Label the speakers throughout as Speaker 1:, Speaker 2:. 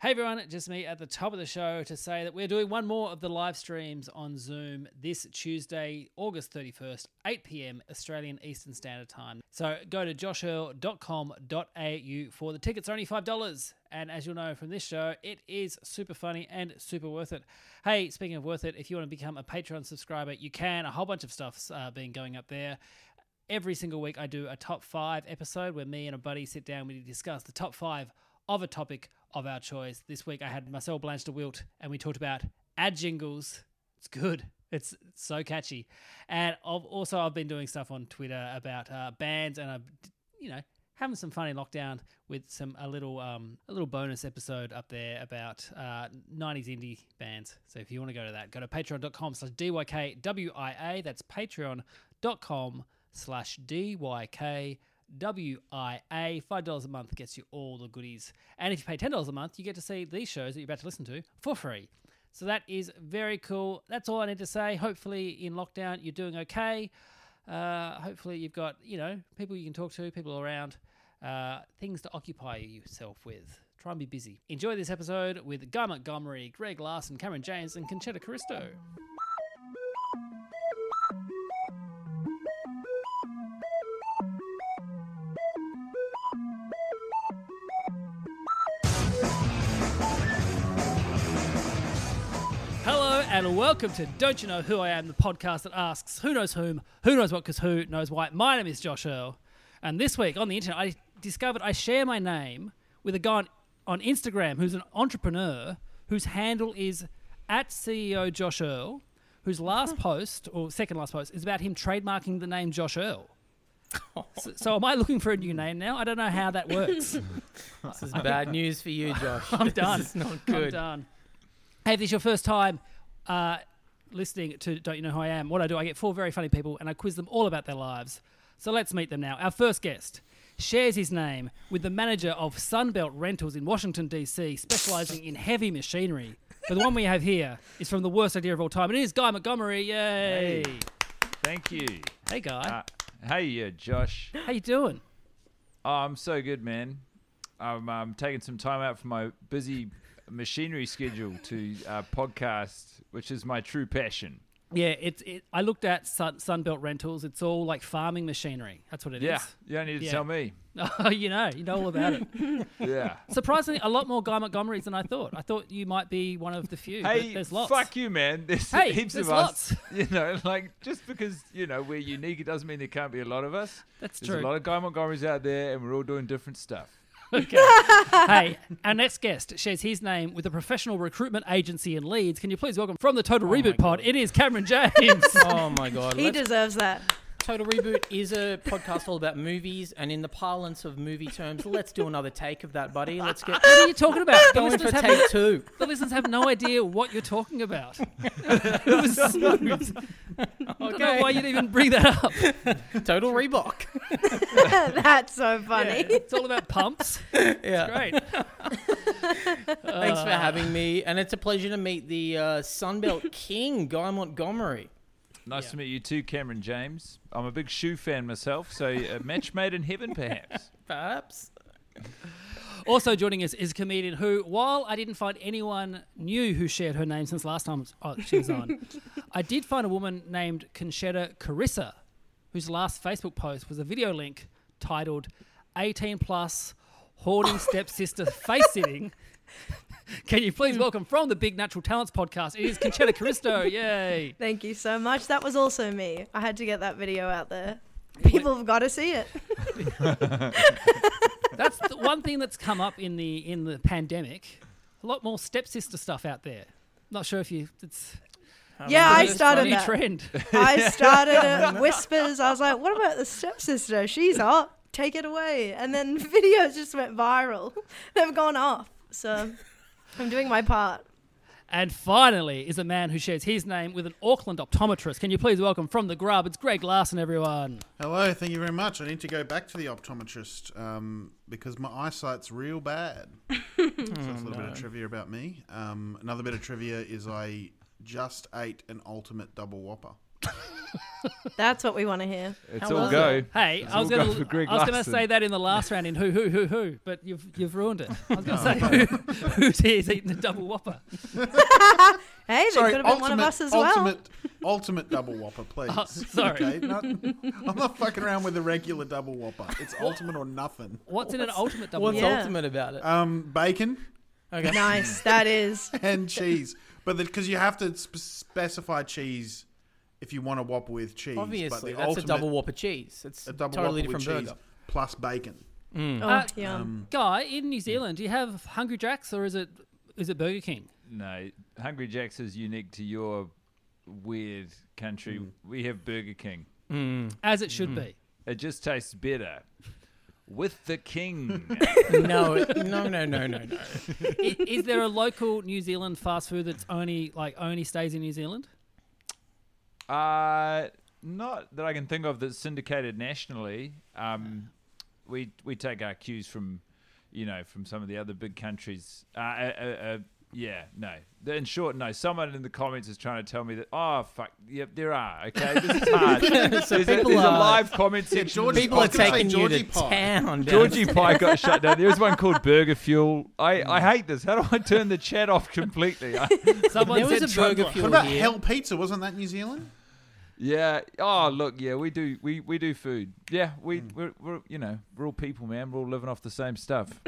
Speaker 1: Hey everyone, just me at the top of the show to say that we're doing one more of the live streams on Zoom this Tuesday, August 31st, 8 p.m. Australian Eastern Standard Time. So go to joshhurl.com.au for the tickets are only $5. And as you'll know from this show, it is super funny and super worth it. Hey, speaking of worth it, if you want to become a Patreon subscriber, you can. A whole bunch of stuff's uh, been going up there. Every single week, I do a top five episode where me and a buddy sit down, we discuss the top five of a topic of our choice. This week, I had Marcel Blanche de Wilt, and we talked about ad jingles. It's good. It's so catchy. And I've also, I've been doing stuff on Twitter about uh, bands, and I've, you know, having some fun in lockdown with some a little um, a little bonus episode up there about uh, 90s indie bands. So if you want to go to that, go to patreon.com slash DYKWIA. That's patreon.com slash DYK. WIA. $5 a month gets you all the goodies. And if you pay $10 a month, you get to see these shows that you're about to listen to for free. So that is very cool. That's all I need to say. Hopefully, in lockdown, you're doing okay. Uh, hopefully, you've got, you know, people you can talk to, people around, uh, things to occupy yourself with. Try and be busy. Enjoy this episode with Guy Montgomery, Greg Larson, Cameron James, and Conchetta Caristo. Hello and welcome to Don't You Know Who I Am, the podcast that asks who knows whom, who knows what, because who knows why. My name is Josh Earl, and this week on the internet, I discovered I share my name with a guy on, on Instagram who's an entrepreneur whose handle is at CEO Josh Earl, whose last post or second last post is about him trademarking the name Josh Earl. so, so am I looking for a new name now? I don't know how that works.
Speaker 2: This is bad news for you, Josh.
Speaker 1: I'm done.
Speaker 2: This is not
Speaker 1: I'm
Speaker 2: good.
Speaker 1: done. Hey, if this is your first time uh, listening to Don't You Know Who I Am, what I do, I get four very funny people and I quiz them all about their lives. So let's meet them now. Our first guest shares his name with the manager of Sunbelt Rentals in Washington, D.C., specializing in heavy machinery. But the one we have here is from the worst idea of all time. It is Guy Montgomery. Yay! Hey,
Speaker 3: Thank you.
Speaker 1: Guy.
Speaker 3: Uh, hey, uh, Josh.
Speaker 1: How you doing?
Speaker 3: Oh, I'm so good, man. I'm um, taking some time out from my busy machinery schedule to uh, podcast, which is my true passion.
Speaker 1: Yeah, it's. It, I looked at Sun, Sunbelt Rentals. It's all like farming machinery. That's what it is.
Speaker 3: Yeah, you don't need to
Speaker 1: Yeah.
Speaker 3: tell me.
Speaker 1: Oh, you know, you know all about it.
Speaker 3: Yeah.
Speaker 1: Surprisingly, a lot more Guy Montgomerys than I thought. I thought you might be one of the few. but
Speaker 3: hey,
Speaker 1: there's lots.
Speaker 3: fuck you, man. There's
Speaker 1: Hey,
Speaker 3: heaps
Speaker 1: there's
Speaker 3: of us. You know, like just because you know we're unique, it doesn't mean there can't be a lot of us.
Speaker 1: That's
Speaker 3: There's
Speaker 1: true.
Speaker 3: a lot of Guy Montgomerys out there, and we're all doing different stuff.
Speaker 1: hey, our next guest shares his name with a professional recruitment agency in Leeds. Can you please welcome from the Total Reboot Pod? It is Cameron James.
Speaker 2: Oh my god.
Speaker 4: He
Speaker 2: Let's-
Speaker 4: deserves that.
Speaker 2: Total Reboot is a podcast all about movies, and in the parlance of movie terms, let's do another take of that, buddy. Let's get
Speaker 1: what are you talking about? The
Speaker 2: going for
Speaker 1: listeners, have,
Speaker 2: take two.
Speaker 1: the listeners have no idea what you're talking about. it was smooth. I don't know
Speaker 2: Okay.
Speaker 1: why you'd even bring that up.
Speaker 2: Total Reebok.
Speaker 4: That's so funny.
Speaker 1: It's all about pumps.
Speaker 2: Yeah.
Speaker 1: Great. Uh,
Speaker 2: Thanks for having me, and it's a pleasure to meet the uh, Sunbelt King, Guy Montgomery.
Speaker 3: Nice
Speaker 1: Yeah.
Speaker 3: to meet you too, Cameron James. I'm a big shoe fan myself, so a match made in heaven, perhaps.
Speaker 2: Perhaps.
Speaker 1: Also joining us is a comedian who, while I didn't find anyone new who shared her name since last time oh, she was on, I did find a woman named Conchetta Carissa, whose last Facebook post was a video link titled 18 plus horny stepsister face sitting. Can you please welcome from the Big Natural Talents podcast? It is Conchetta Caristo. Yay!
Speaker 4: Thank you so much. That was also me. I had to get that video out there. People have got to see it.
Speaker 1: That's the one thing that's come up in the in the pandemic. A lot more stepsister stuff out there. Not sure if you. It's
Speaker 4: yeah, I
Speaker 1: it's a
Speaker 4: started
Speaker 1: new
Speaker 4: that.
Speaker 1: trend.
Speaker 4: I started it. Whispers. I was like, what about the stepsister? She's hot. take it away. And then videos just went viral. They've gone off. So I'm doing my part.
Speaker 1: And finally, is a man who shares his name with an Auckland optometrist. Can you please welcome from the grub? It's Greg Larson, everyone.
Speaker 5: Hello, thank you very much. I need to go back to the optometrist um, because my eyesight's real bad. so that's a little
Speaker 2: Oh,
Speaker 5: bit of trivia about me. Um, another bit of trivia is I just ate an ultimate double whopper.
Speaker 4: That's what we want to hear.
Speaker 3: It's
Speaker 2: How
Speaker 3: all
Speaker 2: was
Speaker 3: go.
Speaker 2: it?
Speaker 1: Hey, I
Speaker 3: all
Speaker 1: was
Speaker 3: go
Speaker 1: going
Speaker 3: for
Speaker 1: to
Speaker 3: Greg
Speaker 1: I was going to
Speaker 3: Larson.
Speaker 1: say that in the last round in who who who who, but you've you've ruined it. I was going to say who, who's here's eating a double whopper.
Speaker 4: Hey, there could have been one of us as well.
Speaker 5: ultimate, ultimate double whopper, please.
Speaker 1: Oh, sorry.
Speaker 5: Okay, not- I'm not fucking around with the regular double whopper. It's ultimate or nothing.
Speaker 1: What's in an ultimate double
Speaker 2: What's
Speaker 1: whopper?
Speaker 4: Yeah.
Speaker 2: ultimate about it?
Speaker 5: Um, bacon
Speaker 2: Okay.
Speaker 4: Nice, that is.
Speaker 5: and cheese, but because you have to sp- specify cheese if you want a whopper with cheese. but
Speaker 2: Obviously,
Speaker 5: the
Speaker 2: that's a
Speaker 5: ultimate-
Speaker 2: double Whopper cheese. It's
Speaker 5: a double
Speaker 2: totally
Speaker 5: whopper with
Speaker 2: different
Speaker 5: cheese
Speaker 2: burger.
Speaker 5: plus bacon.
Speaker 4: Oh,
Speaker 1: Uh,
Speaker 4: yum.
Speaker 1: Guy in New Zealand, do you have Hungry Jacks or is it is it Burger King?
Speaker 3: No, Hungry Jack's is unique to your weird country. We have Burger King.
Speaker 1: As it should be.
Speaker 3: It just tastes better with the king.
Speaker 2: No, it- no, no, no, no, no.
Speaker 1: I- is there a local New Zealand fast food that's only like only stays in New Zealand?
Speaker 3: uh, not that I can think of that's syndicated nationally. Um, we we take our cues from, you know, from some of the other big countries. Uh, uh, uh, uh, yeah, no. In short, no. Someone in the comments is trying to tell me that. Oh fuck, yep, there are. Okay, this is hard. there's a,
Speaker 2: people
Speaker 3: there's a
Speaker 2: are-
Speaker 3: live comment section.
Speaker 5: George-
Speaker 2: People
Speaker 5: I
Speaker 2: are
Speaker 5: was gonna say
Speaker 2: taking you to
Speaker 5: Georgie Pie.
Speaker 2: town.
Speaker 3: Georgie Pie got shut down. There's one called Burger Fuel. I, I hate this. How do I turn the chat off completely? I-
Speaker 1: Someone
Speaker 2: There was
Speaker 1: said
Speaker 2: a burger
Speaker 1: Trundle.
Speaker 2: fuel
Speaker 5: What about
Speaker 2: here.
Speaker 5: Hell Pizza? Wasn't that New Zealand?
Speaker 3: yeah. Oh, look. Yeah, we do. We, we do food. Yeah, we we're, we're you know we're all people, man. We're all living off the same stuff.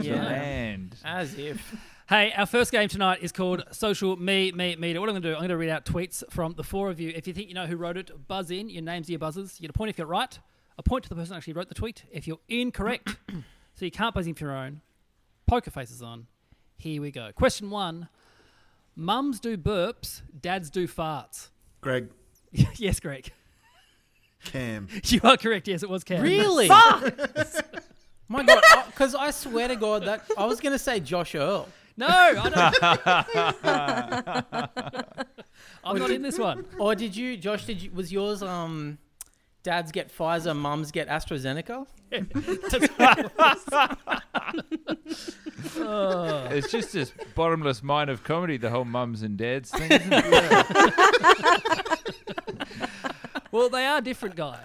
Speaker 2: Yeah.
Speaker 3: And
Speaker 2: As if.
Speaker 1: Hey, our first game tonight is called Social Me Me Meter. What I'm going to do, I'm going to read out tweets from the four of you. If you think you know who wrote it, buzz in. Your names are your buzzers. You get a point if you're right, a point to the person who actually wrote the tweet. If you're incorrect, so you can't buzz in for your own. Poker faces on. Here we go. Question one: Mums do burps, dads do farts.
Speaker 5: Greg,
Speaker 1: yes, Greg,
Speaker 5: Cam.
Speaker 1: you are correct. Yes, it was Cam.
Speaker 2: Really? My God, because I swear to God that I was going to say Josh Earl.
Speaker 1: No, I don't. I'm not in this one.
Speaker 2: Or did you, Josh? Did you, was yours? Um, dads get Pfizer, mums get AstraZeneca.
Speaker 3: it's just this bottomless mine of comedy. The whole mums and dads thing. Isn't it?
Speaker 1: Well, they are different, guy.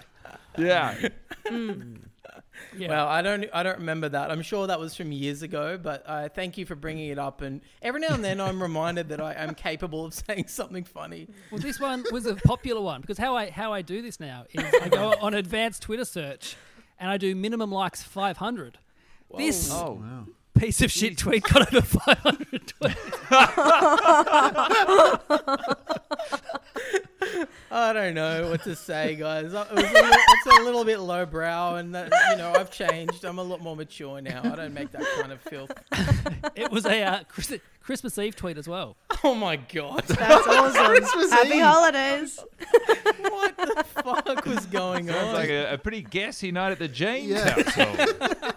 Speaker 3: yeah.
Speaker 1: Yeah.
Speaker 2: Well, I don't, I don't remember that. I'm sure that was from years ago. But uh, thank you for bringing it up. And every now and then, I'm reminded that I am capable of saying something funny.
Speaker 1: Well, this one was a popular one because how I how I do this now is I go on advanced Twitter search, and I do minimum likes 500. This
Speaker 3: Oh.
Speaker 1: piece of shit tweet got over 500 tweets.
Speaker 2: I don't know what to say, guys. It was a little, it's a little bit lowbrow, and that, you know, I've changed. I'm a lot more mature now. I don't make that kind of filth.
Speaker 1: It was a uh, Chris, Christmas Eve tweet as well.
Speaker 2: Oh my God,
Speaker 4: That's awesome. Happy
Speaker 5: Eve.
Speaker 4: holidays.
Speaker 2: what the fuck was going on?
Speaker 3: Sounds like a, a pretty gassy night at the James
Speaker 5: Yeah.
Speaker 3: household.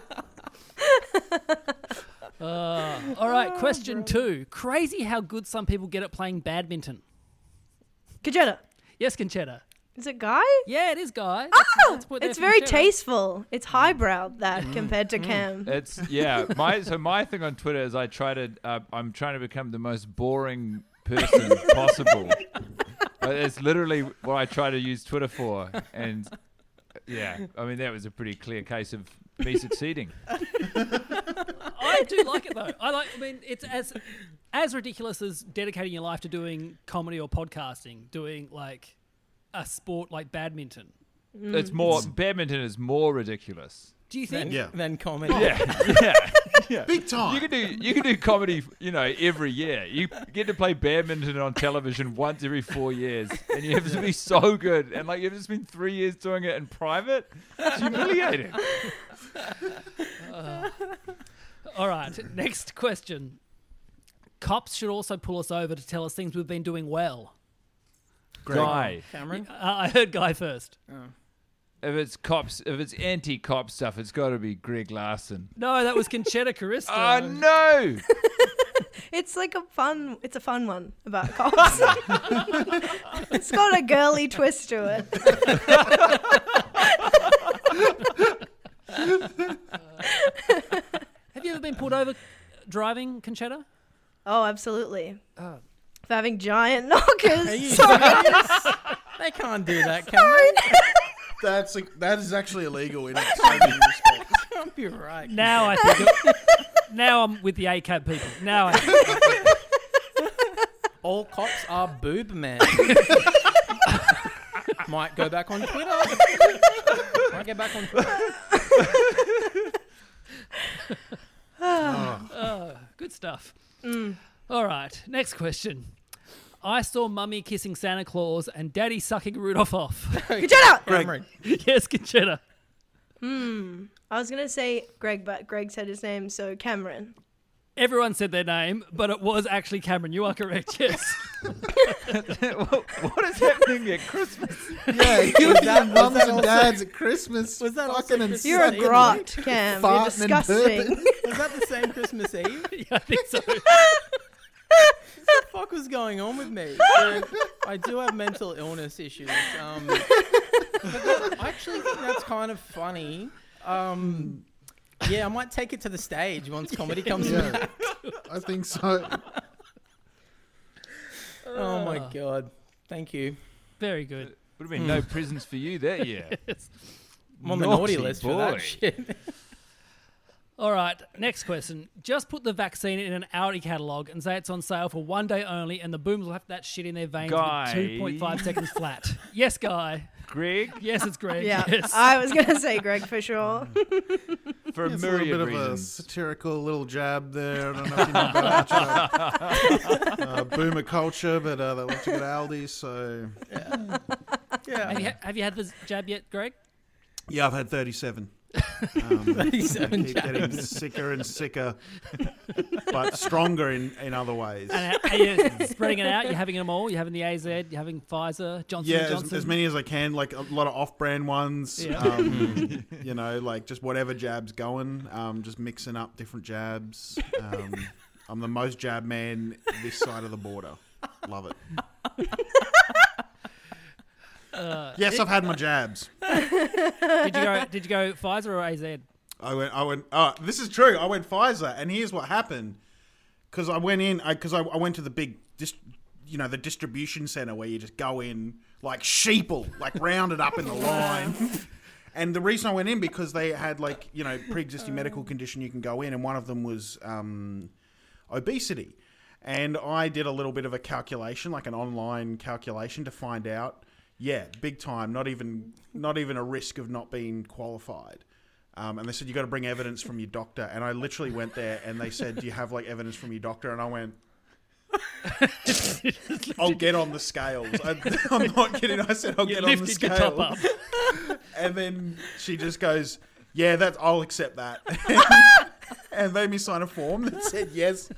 Speaker 1: Uh, all right, question two. Crazy how good some people get at playing badminton.
Speaker 4: Kajeta.
Speaker 1: Yes, Conchetta.
Speaker 4: Is it Guy?
Speaker 1: Yeah, it is, guy.
Speaker 4: Oh,
Speaker 1: put there
Speaker 4: it's
Speaker 1: for
Speaker 4: very
Speaker 1: Conchetta.
Speaker 4: tasteful. It's highbrow that compared to Cam.
Speaker 3: It's yeah. My so my thing on Twitter is I try to uh, I'm trying to become the most boring person possible. But it's literally what I try to use Twitter for, and yeah, I mean that was a pretty clear case of me succeeding.
Speaker 1: I do like it though. I like. I mean, it's as as ridiculous as dedicating your life to doing comedy or podcasting, doing like a sport like badminton.
Speaker 3: It's more badminton is more ridiculous.
Speaker 1: Do you
Speaker 2: Then,
Speaker 1: think?
Speaker 5: Yeah.
Speaker 2: then comedy.
Speaker 3: yeah, yeah.
Speaker 5: Big time.
Speaker 3: You can do you can do comedy, you know, every year. You get to play badminton on television once every four years, and you have to be so good. And like you've just been three years doing it in private. It's humiliating.
Speaker 1: All right. Next question. Cops should also pull us over to tell us things we've been doing well.
Speaker 5: Greg.
Speaker 3: Guy,
Speaker 2: Cameron.
Speaker 1: Uh, I heard Guy first.
Speaker 3: if it's cops, if it's anti-cop stuff, it's got to be Greg Larson.
Speaker 1: No, that was Conchetta Carista.
Speaker 3: Oh no!
Speaker 4: It's like a fun. It's a fun one about cops. it's got a girly twist to it.
Speaker 1: Have you ever been pulled over driving, Conchetta?
Speaker 4: Oh, absolutely.
Speaker 1: Oh.
Speaker 4: For having giant knockers.
Speaker 2: Are you
Speaker 4: Sorry.
Speaker 2: serious? they can't do that, can
Speaker 5: That's a, that is actually illegal in so many respects.
Speaker 2: they? Can't be right.
Speaker 1: Now I think. it- now I'm with the ACAB people. Now I.
Speaker 2: All cops are boob men. Might go back on Twitter. Might get back on Twitter.
Speaker 1: Oh, good stuff.
Speaker 4: Mm.
Speaker 1: All right, next question. I saw mummy kissing Santa Claus and daddy sucking Rudolph off.
Speaker 4: Good job.
Speaker 2: Cameron.
Speaker 1: yes, Conchetta.
Speaker 4: I was gonna say Greg, but Greg said his name, so Cameron.
Speaker 1: Everyone said their name, but it was actually Cameron. You are correct, yes.
Speaker 3: what, what is happening at Christmas?
Speaker 5: Yeah, you
Speaker 2: Was that-
Speaker 5: and
Speaker 2: was
Speaker 5: mums
Speaker 2: that
Speaker 5: and
Speaker 2: also-
Speaker 5: dads at Christmas.
Speaker 2: was that also
Speaker 5: fucking
Speaker 2: Christmas?
Speaker 4: You're a
Speaker 2: Same.
Speaker 4: grot, Cam. You're
Speaker 5: Farting and burping.
Speaker 4: disgusting.
Speaker 2: Was that the same Christmas Eve?
Speaker 1: yeah, I think so.
Speaker 2: the fuck was going on with me? So, I do have mental illness issues. Um, but that- I actually think that's kind of funny. Um, yeah, I might take it to the stage once comedy comes back.
Speaker 5: Yeah, I think so.
Speaker 2: Oh my god. Thank you.
Speaker 1: Very good.
Speaker 3: Would have been no presents for you that year.
Speaker 2: I'm on the naughty,
Speaker 3: Naughty
Speaker 2: list for that
Speaker 3: boy.
Speaker 2: shit.
Speaker 1: All right, next question. Just put the vaccine in an Audi catalogue and say it's on sale for one day only, and the boomers will have that shit in their veins
Speaker 3: Guy.
Speaker 1: with 2.5 seconds flat. Yes, Guy.
Speaker 3: Greg,
Speaker 1: Yes, it's Greg.
Speaker 4: Yeah,
Speaker 1: Yes.
Speaker 4: I was gonna say Greg for sure.
Speaker 3: for a
Speaker 5: It's a little
Speaker 3: myriad
Speaker 5: bit of a
Speaker 3: reasons.
Speaker 5: satirical little jab there. I don't know if you know about that joke. uh, boomer culture, but uh, they love to go to Aldi. So
Speaker 1: have,
Speaker 2: Yeah.
Speaker 1: you, ha- have you had the jab yet, Greg?
Speaker 5: yeah, I've had thirty-seven. Um,
Speaker 2: 37
Speaker 5: keep getting sicker and sicker, but stronger in, in other ways.
Speaker 1: And are you spreading it out? You're having them all? You're having the AZ, you're having Pfizer, Johnson
Speaker 5: Yeah, as,
Speaker 1: Johnson?
Speaker 5: as many as I can, like a lot of off-brand ones.
Speaker 1: Yeah.
Speaker 5: Um, you know, like just whatever jab's going, um, just mixing up different jabs. Um, I'm the most jab man this side of the border. Love it. yes, I've had my jabs.
Speaker 1: Did you go? Did you go Pfizer or AZ?
Speaker 5: I went. I went. Uh, this is true. I went Pfizer, and here's what happened. Because I went in. Because I, I, went to the big, dis, you know, the distribution center where you just go in like sheeple, like rounded up in the line. And the reason I went in because they had like you know pre-existing medical condition you can go in, and one of them was um, obesity. And I did a little bit of a calculation, like an online calculation, to find out. Yeah, big time. Not even not even a risk of not being qualified. Um, and they said you got to bring evidence from your doctor. And I literally went there, and they said, "Do you have like evidence from your doctor?" And I went. I'll get on the scales. I, I'm not kidding. I said I'll
Speaker 1: You
Speaker 5: get on the
Speaker 1: lifted your
Speaker 5: scales.
Speaker 1: top up.
Speaker 5: And then she just goes, "Yeah, that I'll accept that." and made me sign a form that said yes.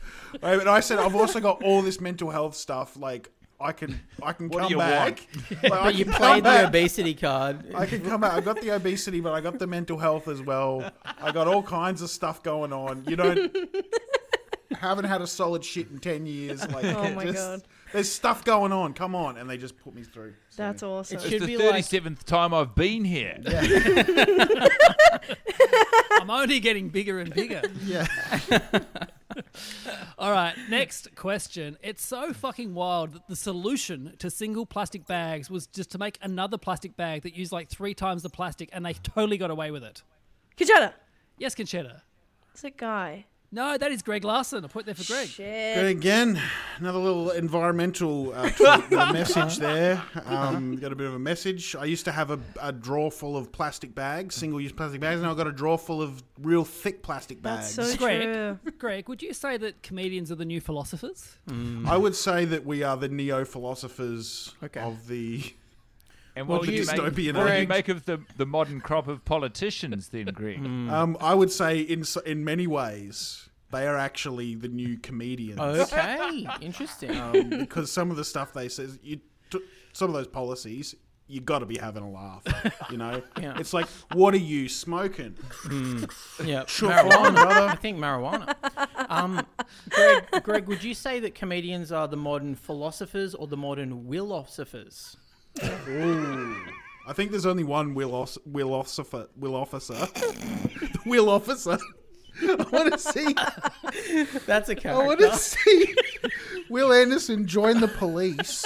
Speaker 5: And I said, "I've also got all this mental health stuff. Like, I can, I can
Speaker 3: What do
Speaker 5: come
Speaker 3: you
Speaker 5: back. Like, I
Speaker 2: But you
Speaker 5: can come
Speaker 2: played the
Speaker 5: back.
Speaker 2: obesity card.
Speaker 5: I can come out. I got the obesity, but I got the mental health as well. I got all kinds of stuff going on. You don't haven't had a solid shit in ten years. Like,
Speaker 4: Oh my
Speaker 5: just-
Speaker 4: God.
Speaker 5: there's stuff going on. Come on, and they just put me through. So-
Speaker 4: That's awesome.
Speaker 2: It
Speaker 3: It's
Speaker 2: should
Speaker 3: the
Speaker 2: be like-
Speaker 3: thirty-seventh time I've been here.
Speaker 1: I'm only getting bigger and bigger.
Speaker 5: yeah.
Speaker 1: All right, next question. It's so fucking wild that the solution to single plastic bags was just to make another plastic bag that used like three times the plastic, and they totally got away with it.
Speaker 4: Kajana,
Speaker 1: Yes, Conchetta.
Speaker 4: it's a guy.
Speaker 1: No, that is Greg Larson. A point there for Greg.
Speaker 5: Good
Speaker 4: Shit.
Speaker 5: again. Another little environmental uh, tweet, a message there. Um, got a bit of a message. I used to have a, a drawer full of plastic bags, single use plastic bags. Now I've got a drawer full of real thick plastic
Speaker 4: That's
Speaker 5: bags.
Speaker 4: so true.
Speaker 1: Greg, Greg, would you say that comedians are the new philosophers?
Speaker 5: I would say that we are the neo philosophers
Speaker 2: Okay.
Speaker 5: of the.
Speaker 3: And what
Speaker 5: Well,
Speaker 3: would
Speaker 5: the
Speaker 3: you make, what
Speaker 5: dystopian
Speaker 3: would you
Speaker 5: age.
Speaker 3: make of the, the modern crop of politicians then, Greg?
Speaker 5: Um, I would say in s- in many ways they are actually the new comedians
Speaker 2: Oh. Okay, interesting.
Speaker 5: um, because some of the stuff they says you t- some of those policies you got to be having a laugh. You know,
Speaker 2: Yeah.
Speaker 5: it's like, what are you smoking?
Speaker 2: Yeah,
Speaker 5: Sure,
Speaker 2: marijuana.
Speaker 5: fine, brother.
Speaker 2: I think marijuana. Um, Greg, Greg, would you say that comedians are the modern philosophers or the modern willosophers?
Speaker 5: I think there's only one will os- will officer will officer The will officer. I want to see.
Speaker 2: That's a
Speaker 5: I want
Speaker 2: character.
Speaker 5: to see Will Anderson join the police,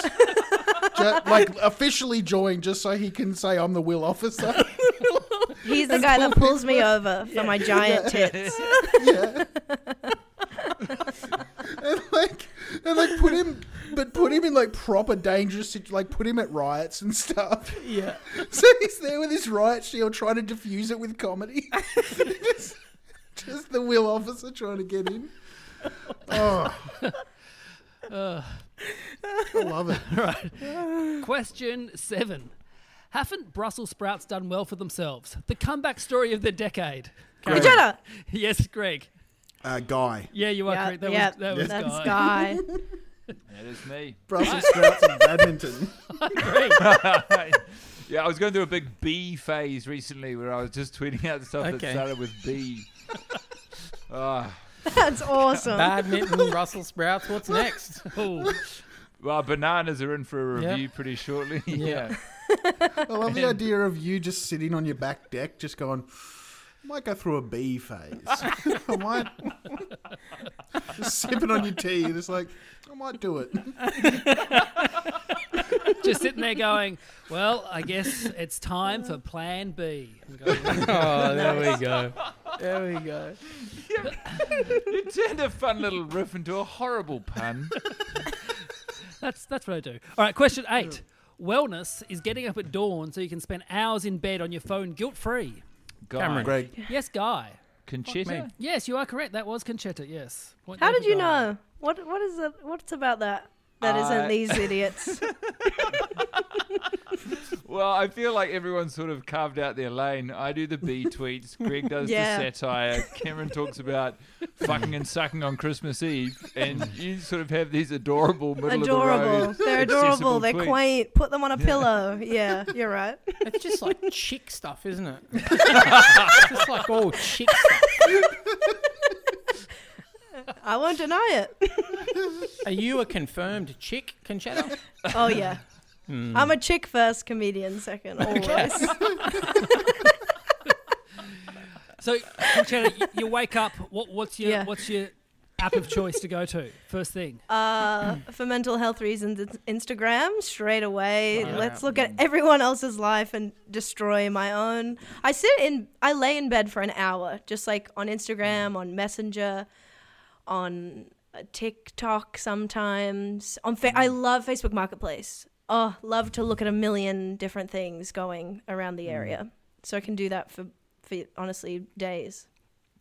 Speaker 5: Ju- like officially join, just so he can say I'm the will officer.
Speaker 4: He's the guy that pulls me over for my giant tits.
Speaker 5: yeah. and like and like put him but put him in like proper dangerous situ- like put him at riots and stuff.
Speaker 2: Yeah.
Speaker 5: So he's there with his riot shield trying to diffuse it with comedy. just, just the will officer trying to get in. Oh. I love it.
Speaker 1: Question seven. Haven't Brussels sprouts done well for themselves? The comeback story of the decade.
Speaker 4: Jenna,
Speaker 1: Yes, Greg.
Speaker 5: Uh, guy.
Speaker 1: Yeah, you are
Speaker 4: Yeah,
Speaker 1: correct. That
Speaker 4: yeah,
Speaker 1: was that was
Speaker 4: that's
Speaker 1: Guy.
Speaker 4: guy.
Speaker 3: That is me.
Speaker 5: Brussels sprouts and badminton.
Speaker 1: Greg.
Speaker 3: yeah, I was going through a big B phase recently where I was just tweeting out stuff that
Speaker 2: Okay.
Speaker 3: started with B. Ah,
Speaker 4: That's awesome.
Speaker 2: Badminton, Russell Sprouts. What's next?
Speaker 1: Ooh.
Speaker 3: well, bananas are in for a
Speaker 2: Yeah.
Speaker 3: review pretty shortly. yeah.
Speaker 5: I love the idea of you just sitting on your back deck just going I might go through a bee phase. I might just sipping on your tea and it's like, I might do it.
Speaker 1: Just sitting there going, well, I guess it's time for Plan B.
Speaker 2: Oh, there we go. There we go.
Speaker 3: You turned a fun little riff into a horrible pun.
Speaker 1: That's that's what I do. All right, question eight. Wellness is getting up at dawn so you can spend hours in bed on your phone guilt free.
Speaker 3: Guy.
Speaker 2: Cameron.
Speaker 5: Greg,
Speaker 1: Yes, Guy.
Speaker 3: Conchita.
Speaker 1: Yes, you are correct. That was Conchetta. Yes. Point
Speaker 4: How
Speaker 1: there
Speaker 4: did
Speaker 1: for
Speaker 4: you
Speaker 1: Guy.
Speaker 4: know? What what is it? What's about that? That
Speaker 3: I-
Speaker 4: not these idiots.
Speaker 3: Well, I feel like everyone's sort of carved out their lane. I do the B tweets. Greg does
Speaker 4: Yeah.
Speaker 3: the satire. Cameron talks about fucking and sucking on Christmas Eve, and you sort of have these adorable middle
Speaker 4: adorable.
Speaker 3: of the road.
Speaker 4: They're adorable.
Speaker 3: accessible
Speaker 4: They're
Speaker 3: tweets.
Speaker 4: quaint. Put them on a pillow. Yeah, you're right.
Speaker 2: It's just like chick stuff, isn't it? it's just like all chick stuff.
Speaker 4: I won't deny it.
Speaker 2: Are you a confirmed chick, Conchetta?
Speaker 4: Oh yeah. I'm a chick first, comedian second, always.
Speaker 1: So, Conchetta, y- you wake up. What, what's your
Speaker 4: Yeah.
Speaker 1: what's your app of choice to go to first thing?
Speaker 4: Uh, for mental health reasons, it's Instagram straight away.
Speaker 2: Wow.
Speaker 4: Let's look at everyone else's life and destroy my own. I sit in, I lay in bed for an hour, just like on Instagram, on Messenger, on uh, TikTok sometimes. On fa- I love Facebook Marketplace. Oh, love to look at a million different things going around the area. So I can do that for, for honestly days.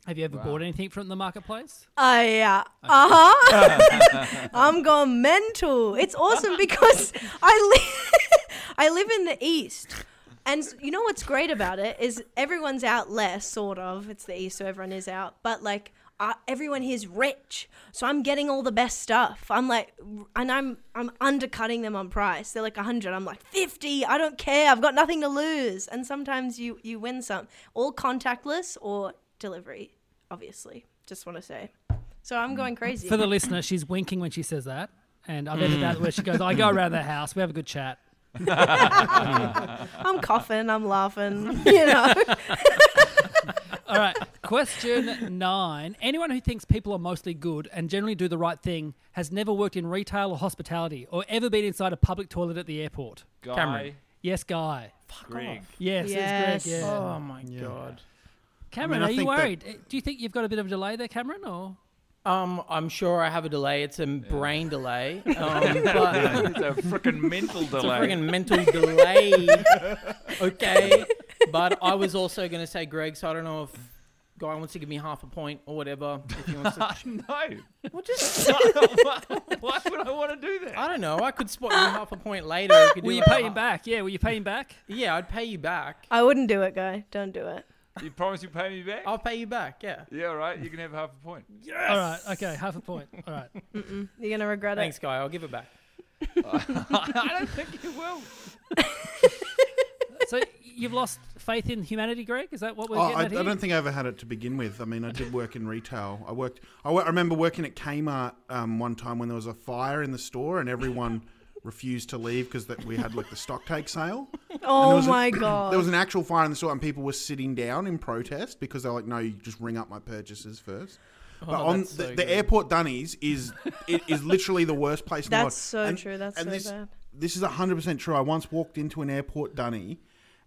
Speaker 1: Have you ever
Speaker 3: Wow.
Speaker 1: bought anything from the marketplace?
Speaker 4: Uh, yeah. Uh huh. I'm going mental. It's awesome because I live, I live in the east, and you know what's great about it is everyone's out less, sort of. It's the east, so everyone is out, but like. Uh, everyone here's rich, so I'm getting all the best stuff. I'm like, and I'm I'm undercutting them on price. They're like 100. I'm like 50. I don't care. I've got nothing to lose. And sometimes you you win some. All contactless or delivery obviously. Just want to say. So I'm going crazy.
Speaker 1: For the listener, she's winking when she says that, and I've edited that where she goes. I go around the house. We have a good chat.
Speaker 4: I'm coughing, I'm laughing, you know.
Speaker 1: All right. Question nine. Anyone who thinks people are mostly good and generally do the right thing has never worked in retail or hospitality or ever been inside a public toilet at the airport.
Speaker 3: Guy,
Speaker 2: Cameron.
Speaker 1: Yes, Guy.
Speaker 3: Greg.
Speaker 1: Yes, yes,
Speaker 4: Yes.
Speaker 1: Greg. Yeah.
Speaker 2: Oh my god.
Speaker 1: Cameron,
Speaker 5: I
Speaker 1: are you
Speaker 5: think that-
Speaker 1: worried? Uh, Do you think you've got a bit of a delay there, Cameron? Or
Speaker 2: Um, I'm sure I have a delay. It's a brain delay, um,
Speaker 3: Yeah,
Speaker 2: but
Speaker 3: it's a freaking mental
Speaker 2: it's a
Speaker 3: delay.
Speaker 2: friggin' mental delay. okay, but I was also gonna say Greg, so I don't know if guy wants to give me half a point or whatever. If he wants to,
Speaker 3: no.
Speaker 2: well, just
Speaker 3: Why would I want to do that?
Speaker 2: I don't know. I could spot you half a point later. We could
Speaker 1: will
Speaker 2: do
Speaker 1: you
Speaker 2: like
Speaker 1: pay
Speaker 2: a
Speaker 1: him
Speaker 2: ha-
Speaker 1: back? Yeah, will you pay him back?
Speaker 2: Yeah, I'd pay you back.
Speaker 4: I wouldn't do it, guy. Don't do it.
Speaker 3: You promise you'll pay me back?
Speaker 2: I'll pay you back. Yeah.
Speaker 3: Yeah, all right. You can have half a point.
Speaker 1: All right. Okay. Half a point. All right.
Speaker 4: You're gonna regret
Speaker 2: Thanks, guy. I'll give it back.
Speaker 3: I don't think you will.
Speaker 1: So you've lost faith in humanity, Greg? Is that what we're
Speaker 5: Oh,
Speaker 1: getting
Speaker 5: I, I
Speaker 1: at here?
Speaker 5: don't think I ever had it to begin with. I mean, I did work in retail. I worked. I, wo- I remember working at Kmart um, one time when there was a fire in the store and everyone refused to leave because we had like the stock take sale.
Speaker 4: Oh
Speaker 5: was an-
Speaker 4: my god.
Speaker 5: There was an actual fire in the store and people were sitting down in protest because they're like, "No, you just ring up my purchases first.
Speaker 4: Oh,
Speaker 5: But on the,
Speaker 2: that's so
Speaker 5: the
Speaker 2: good.
Speaker 5: airport dunnies is it is literally the worst place in the world.
Speaker 4: That's so true. That's so
Speaker 5: this,
Speaker 4: bad.
Speaker 5: This is hundred percent true. I once walked into an airport dunny,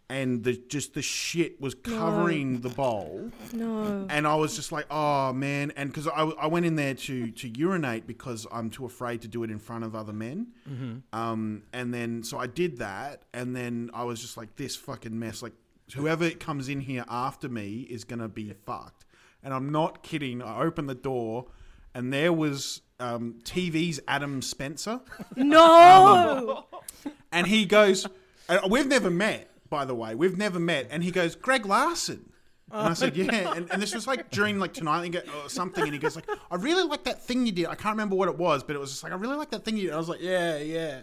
Speaker 5: and the just the shit was covering the bowl
Speaker 4: no.
Speaker 5: and I was just like, oh man, and because I, I went in there to to urinate because I'm too afraid to do it in front of other men, um, and then so I did that, and then I was just like, this fucking mess, like whoever comes in here after me is gonna be fucked, and I'm not kidding. I opened the door, and there was um, TV's Adam Spencer
Speaker 4: No.
Speaker 5: and he goes, and we've never met, by the way, we've never met. And he goes, Greg Larson. And I said, yeah. And, and this was like during like tonight and he go- or something. And he goes like, I really like that thing you did. I can't remember what it was, but it was just like, I really like that thing you did. I was like, yeah, yeah.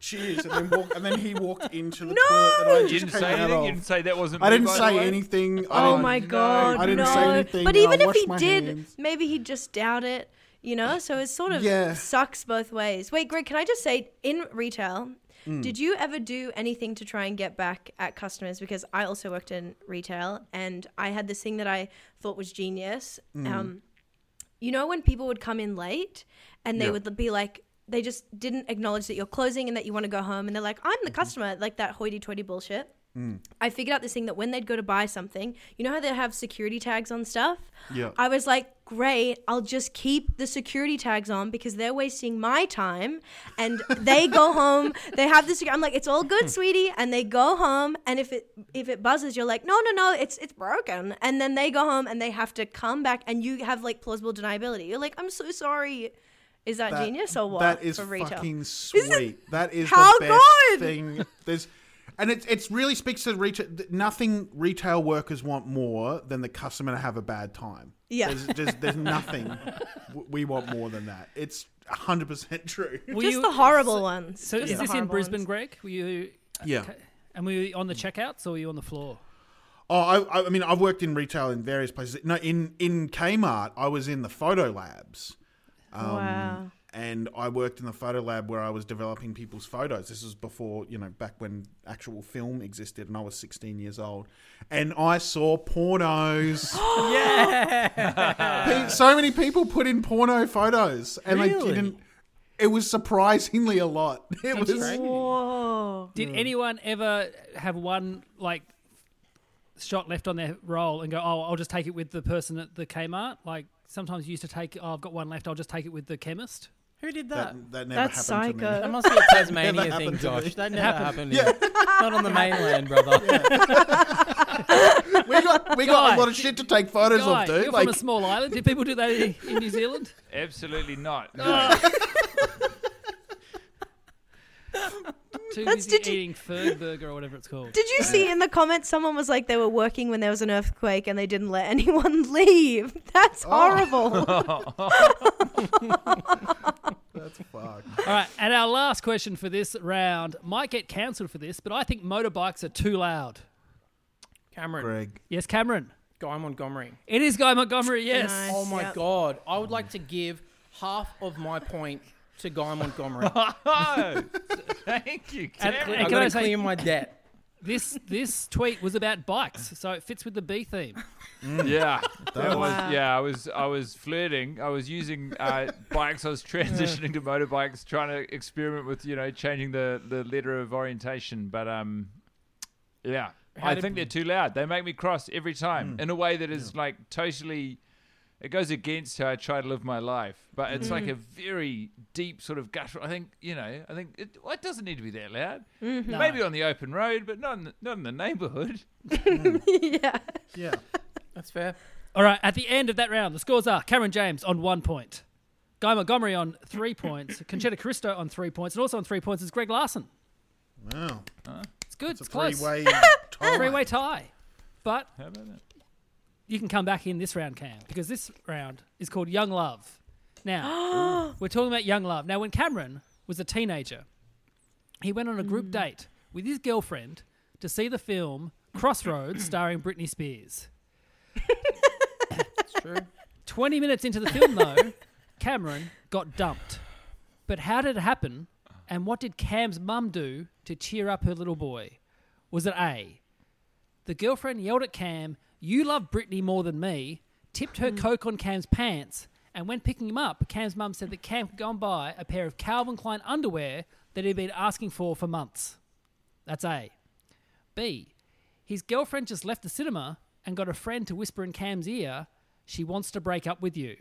Speaker 5: Cheers. And then, walk, and then he walked into the toilet that I
Speaker 4: You
Speaker 5: just
Speaker 3: You didn't
Speaker 5: came
Speaker 3: say
Speaker 5: out
Speaker 3: anything.
Speaker 5: of.
Speaker 3: You didn't say that wasn't.
Speaker 5: I
Speaker 3: me,
Speaker 5: didn't
Speaker 3: by the
Speaker 5: say
Speaker 3: way?"
Speaker 5: anything. I
Speaker 4: Oh
Speaker 5: didn't-
Speaker 4: my god.
Speaker 5: I didn't
Speaker 4: no.
Speaker 5: say anything,
Speaker 4: But
Speaker 5: I
Speaker 4: even if
Speaker 5: washed
Speaker 4: he
Speaker 5: my
Speaker 4: did,
Speaker 5: hands.
Speaker 4: maybe he'd just doubt it, you know? So it sort of
Speaker 5: Yeah.
Speaker 4: sucks both ways. Wait, Greg, can I just say in retail,
Speaker 5: Hmm.
Speaker 4: did you ever do anything to try and get back at customers? Because I also worked in retail and I had this thing that I thought was genius.
Speaker 5: Hmm.
Speaker 4: Um, you know, when people would come in late and they
Speaker 5: Yeah.
Speaker 4: would be like, they just didn't acknowledge that you're closing and that you want to go home. And they're like, I'm the
Speaker 5: Mm-hmm.
Speaker 4: customer, like that hoity toity bullshit. I figured out this thing that when they'd go to buy something, you know how they have security tags on stuff?
Speaker 5: Yeah.
Speaker 4: I was like, great, I'll just keep the security tags on because they're wasting my time. And they go home, they have this. I'm like, it's all
Speaker 5: Hmm.
Speaker 4: good, sweetie. And they go home, and if it if it buzzes, you're like, no, no, no, it's it's broken. And then they go home and they have to come back, and you have like plausible deniability. You're like, I'm so sorry. Is that,
Speaker 5: That-
Speaker 4: genius or what?
Speaker 5: That is
Speaker 4: for retail?
Speaker 5: fucking sweet. that is
Speaker 4: How
Speaker 5: the best
Speaker 4: good?
Speaker 5: thing. There's, and it it's really speaks to retail. Nothing retail workers want more than the customer to have a bad time.
Speaker 4: Yeah.
Speaker 5: there's, there's, there's nothing w- we want more than that. It's hundred percent true.
Speaker 1: Were
Speaker 4: Just
Speaker 1: you-
Speaker 4: the horrible ones.
Speaker 1: So
Speaker 4: Just
Speaker 1: is
Speaker 4: the
Speaker 1: this in
Speaker 4: horrible
Speaker 1: Brisbane,
Speaker 4: ones.
Speaker 1: Greg? Were you?
Speaker 5: Yeah.
Speaker 1: Okay. And were you on the checkouts or were you on the floor?
Speaker 5: Oh, I, I- I mean, I've worked in retail in various places. No, in in Kmart, I was in the photo labs. Um,
Speaker 4: Wow.
Speaker 5: And I worked in the photo lab where I was developing people's photos. This was before, you know, back when actual film existed, and I was 16 years old. And I saw pornos. yeah. so many people put in porno photos, and they
Speaker 2: Really?
Speaker 5: didn't. It was surprisingly a lot. It was.
Speaker 4: Whoa.
Speaker 1: Did anyone ever have one like shot left on their roll and go, "Oh, I'll just take it with the person at the Kmart"? Like sometimes you used to take, "Oh, I've got one left. I'll just take it with the chemist."
Speaker 2: Who did that?
Speaker 5: That, that never
Speaker 4: That's
Speaker 5: happened to me.
Speaker 4: psycho.
Speaker 2: That must be a
Speaker 5: Never
Speaker 2: Tasmania thing,
Speaker 5: happened to me.
Speaker 2: Josh. That never happened. here. Not on the mainland, brother.
Speaker 5: We got we got
Speaker 1: Guy.
Speaker 5: a lot of shit to take photos
Speaker 1: Guy,
Speaker 5: of, dude.
Speaker 1: you're
Speaker 5: like,
Speaker 1: from a small island. Did people do that in in New Zealand?
Speaker 3: Absolutely not.
Speaker 1: Too
Speaker 4: That's-
Speaker 1: busy
Speaker 4: did you-
Speaker 1: eating Ferg burger or whatever it's called.
Speaker 4: Did you see in the comments someone was like they were working when there was an earthquake and they didn't let anyone leave?
Speaker 2: Oh.
Speaker 4: That's horrible.
Speaker 5: that's fucked.
Speaker 1: All right, and our last question for this round might get cancelled for this, but I think motorbikes are too loud.
Speaker 2: Cameron,
Speaker 5: Greg.
Speaker 1: Yes, Cameron.
Speaker 2: Guy Montgomery.
Speaker 1: It is Guy Montgomery. Yes.
Speaker 4: Nice.
Speaker 2: Oh my
Speaker 4: Yep.
Speaker 2: god! I would like to give half of my point to Guy Montgomery.
Speaker 3: Oh, thank you,
Speaker 1: And-
Speaker 3: Cameron.
Speaker 1: and can
Speaker 2: I
Speaker 1: I
Speaker 2: gotta
Speaker 1: say-
Speaker 2: clear my debt.
Speaker 1: This this tweet was about bikes, so it fits with the B theme.
Speaker 3: Yeah, that was
Speaker 4: Wow.
Speaker 3: yeah. I was I was flirting. I was using uh, bikes. I was transitioning to motorbikes, trying to experiment with you know changing the the letter of orientation. But um, yeah,
Speaker 2: How
Speaker 3: I
Speaker 2: did- Hmm.
Speaker 3: think they're too loud. They make me cross every time in a way that is like totally. It goes against how I try to live my life, but it's
Speaker 2: Hmm.
Speaker 3: like a very deep sort of guttural. I think you know. I think it, well, it doesn't need to be that loud.
Speaker 2: Mm-hmm.
Speaker 3: Maybe on the open road, but not in the, not in the neighbourhood.
Speaker 4: yeah.
Speaker 5: Yeah.
Speaker 2: That's fair.
Speaker 1: All right, at the end of that round, the scores are Cameron James on one point, Guy Montgomery on three points, Conchetta Cristo on three points, and also on three points is Greg Larson.
Speaker 5: Wow.
Speaker 1: It's good. It's,
Speaker 5: It's a
Speaker 1: close.
Speaker 5: three-way
Speaker 1: Three-way tie. But
Speaker 3: How about that?
Speaker 1: you can come back in this round, Cam, because this round is called Young Love. Now, we're talking about Young Love. Now, Mm. when Cameron was a teenager, he went on a group date with his girlfriend to see the film Crossroads starring Britney Spears.
Speaker 2: It's true.
Speaker 1: 20 minutes into the film, though, Cameron got dumped. But how did it happen? And what did Cam's mum do to cheer up her little boy? Was it A? The girlfriend yelled at Cam, You love Britney more than me, tipped her Coke on Cam's pants, and when picking him up, Cam's mum said that Cam could go and buy a pair of Calvin Klein underwear that he'd been asking for for months. That's A. B. His girlfriend just left the cinema and got a friend to whisper in Cam's ear, she wants to break up with you.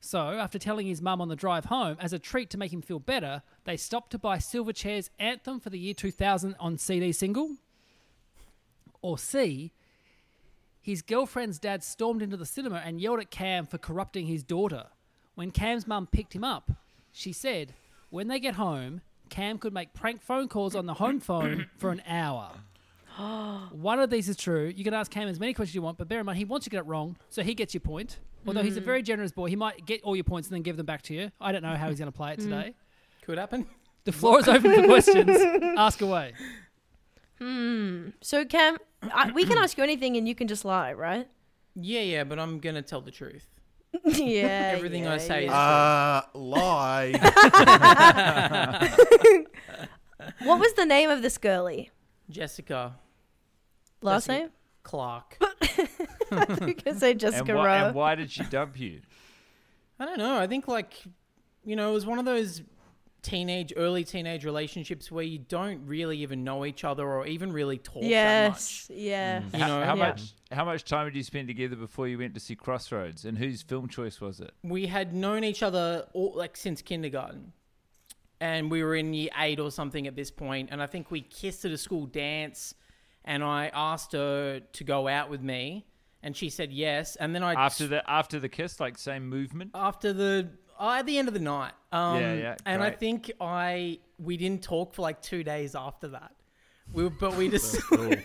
Speaker 1: So, after telling his mum on the drive home, as a treat to make him feel better, they stopped to buy Silverchair's Anthem for the year 2000 on CD single. Or C, his girlfriend's dad stormed into the cinema and yelled at Cam for corrupting his daughter. When Cam's mum picked him up, she said, when they get home, Cam could make prank phone calls on the home phone for an hour. One of these is true. You can ask Cam as many questions you want, but bear in mind he wants you to get it wrong, so he gets your point. Although he's a very generous boy, he might get all your points and then give them back to you. I don't know how he's going to play it today.
Speaker 2: Could happen.
Speaker 1: The floor is open for questions. Ask away.
Speaker 4: So Cam, I, we can ask you anything and you can just lie, right?
Speaker 2: Yeah, yeah, but I'm gonna tell the truth.
Speaker 4: yeah.
Speaker 2: Everything
Speaker 4: yeah,
Speaker 2: I say
Speaker 4: yeah.
Speaker 2: is-
Speaker 5: Uh, lie.
Speaker 4: What was the name of this girlie?
Speaker 2: Jessica
Speaker 4: Last
Speaker 2: Jessica.
Speaker 4: name?
Speaker 2: Clark.
Speaker 4: you can say
Speaker 3: And
Speaker 4: Jessica
Speaker 3: why,
Speaker 4: Rowe.
Speaker 3: and why did she dump you?
Speaker 2: I don't know. I think like you know, it was one of those teenage, early teenage relationships where you don't really even know each other or even really talk
Speaker 4: yes. Yeah.
Speaker 2: that much. Mm. You know,
Speaker 3: How, how
Speaker 4: Yeah.
Speaker 3: much? How much time did you spend together before you went to see Crossroads? And whose film choice was it?
Speaker 2: we had known each other all, like since kindergarten, and we were in year eight or something at this point, And I think we kissed at a school dance, and I asked her to go out with me, and she said yes. And then I
Speaker 3: After the after the kiss, like same movement.
Speaker 2: after the oh, at the end of the night. Um,
Speaker 3: Yeah, yeah,
Speaker 2: And I
Speaker 3: great.
Speaker 2: think I we didn't talk for like two days after that. We were, but we just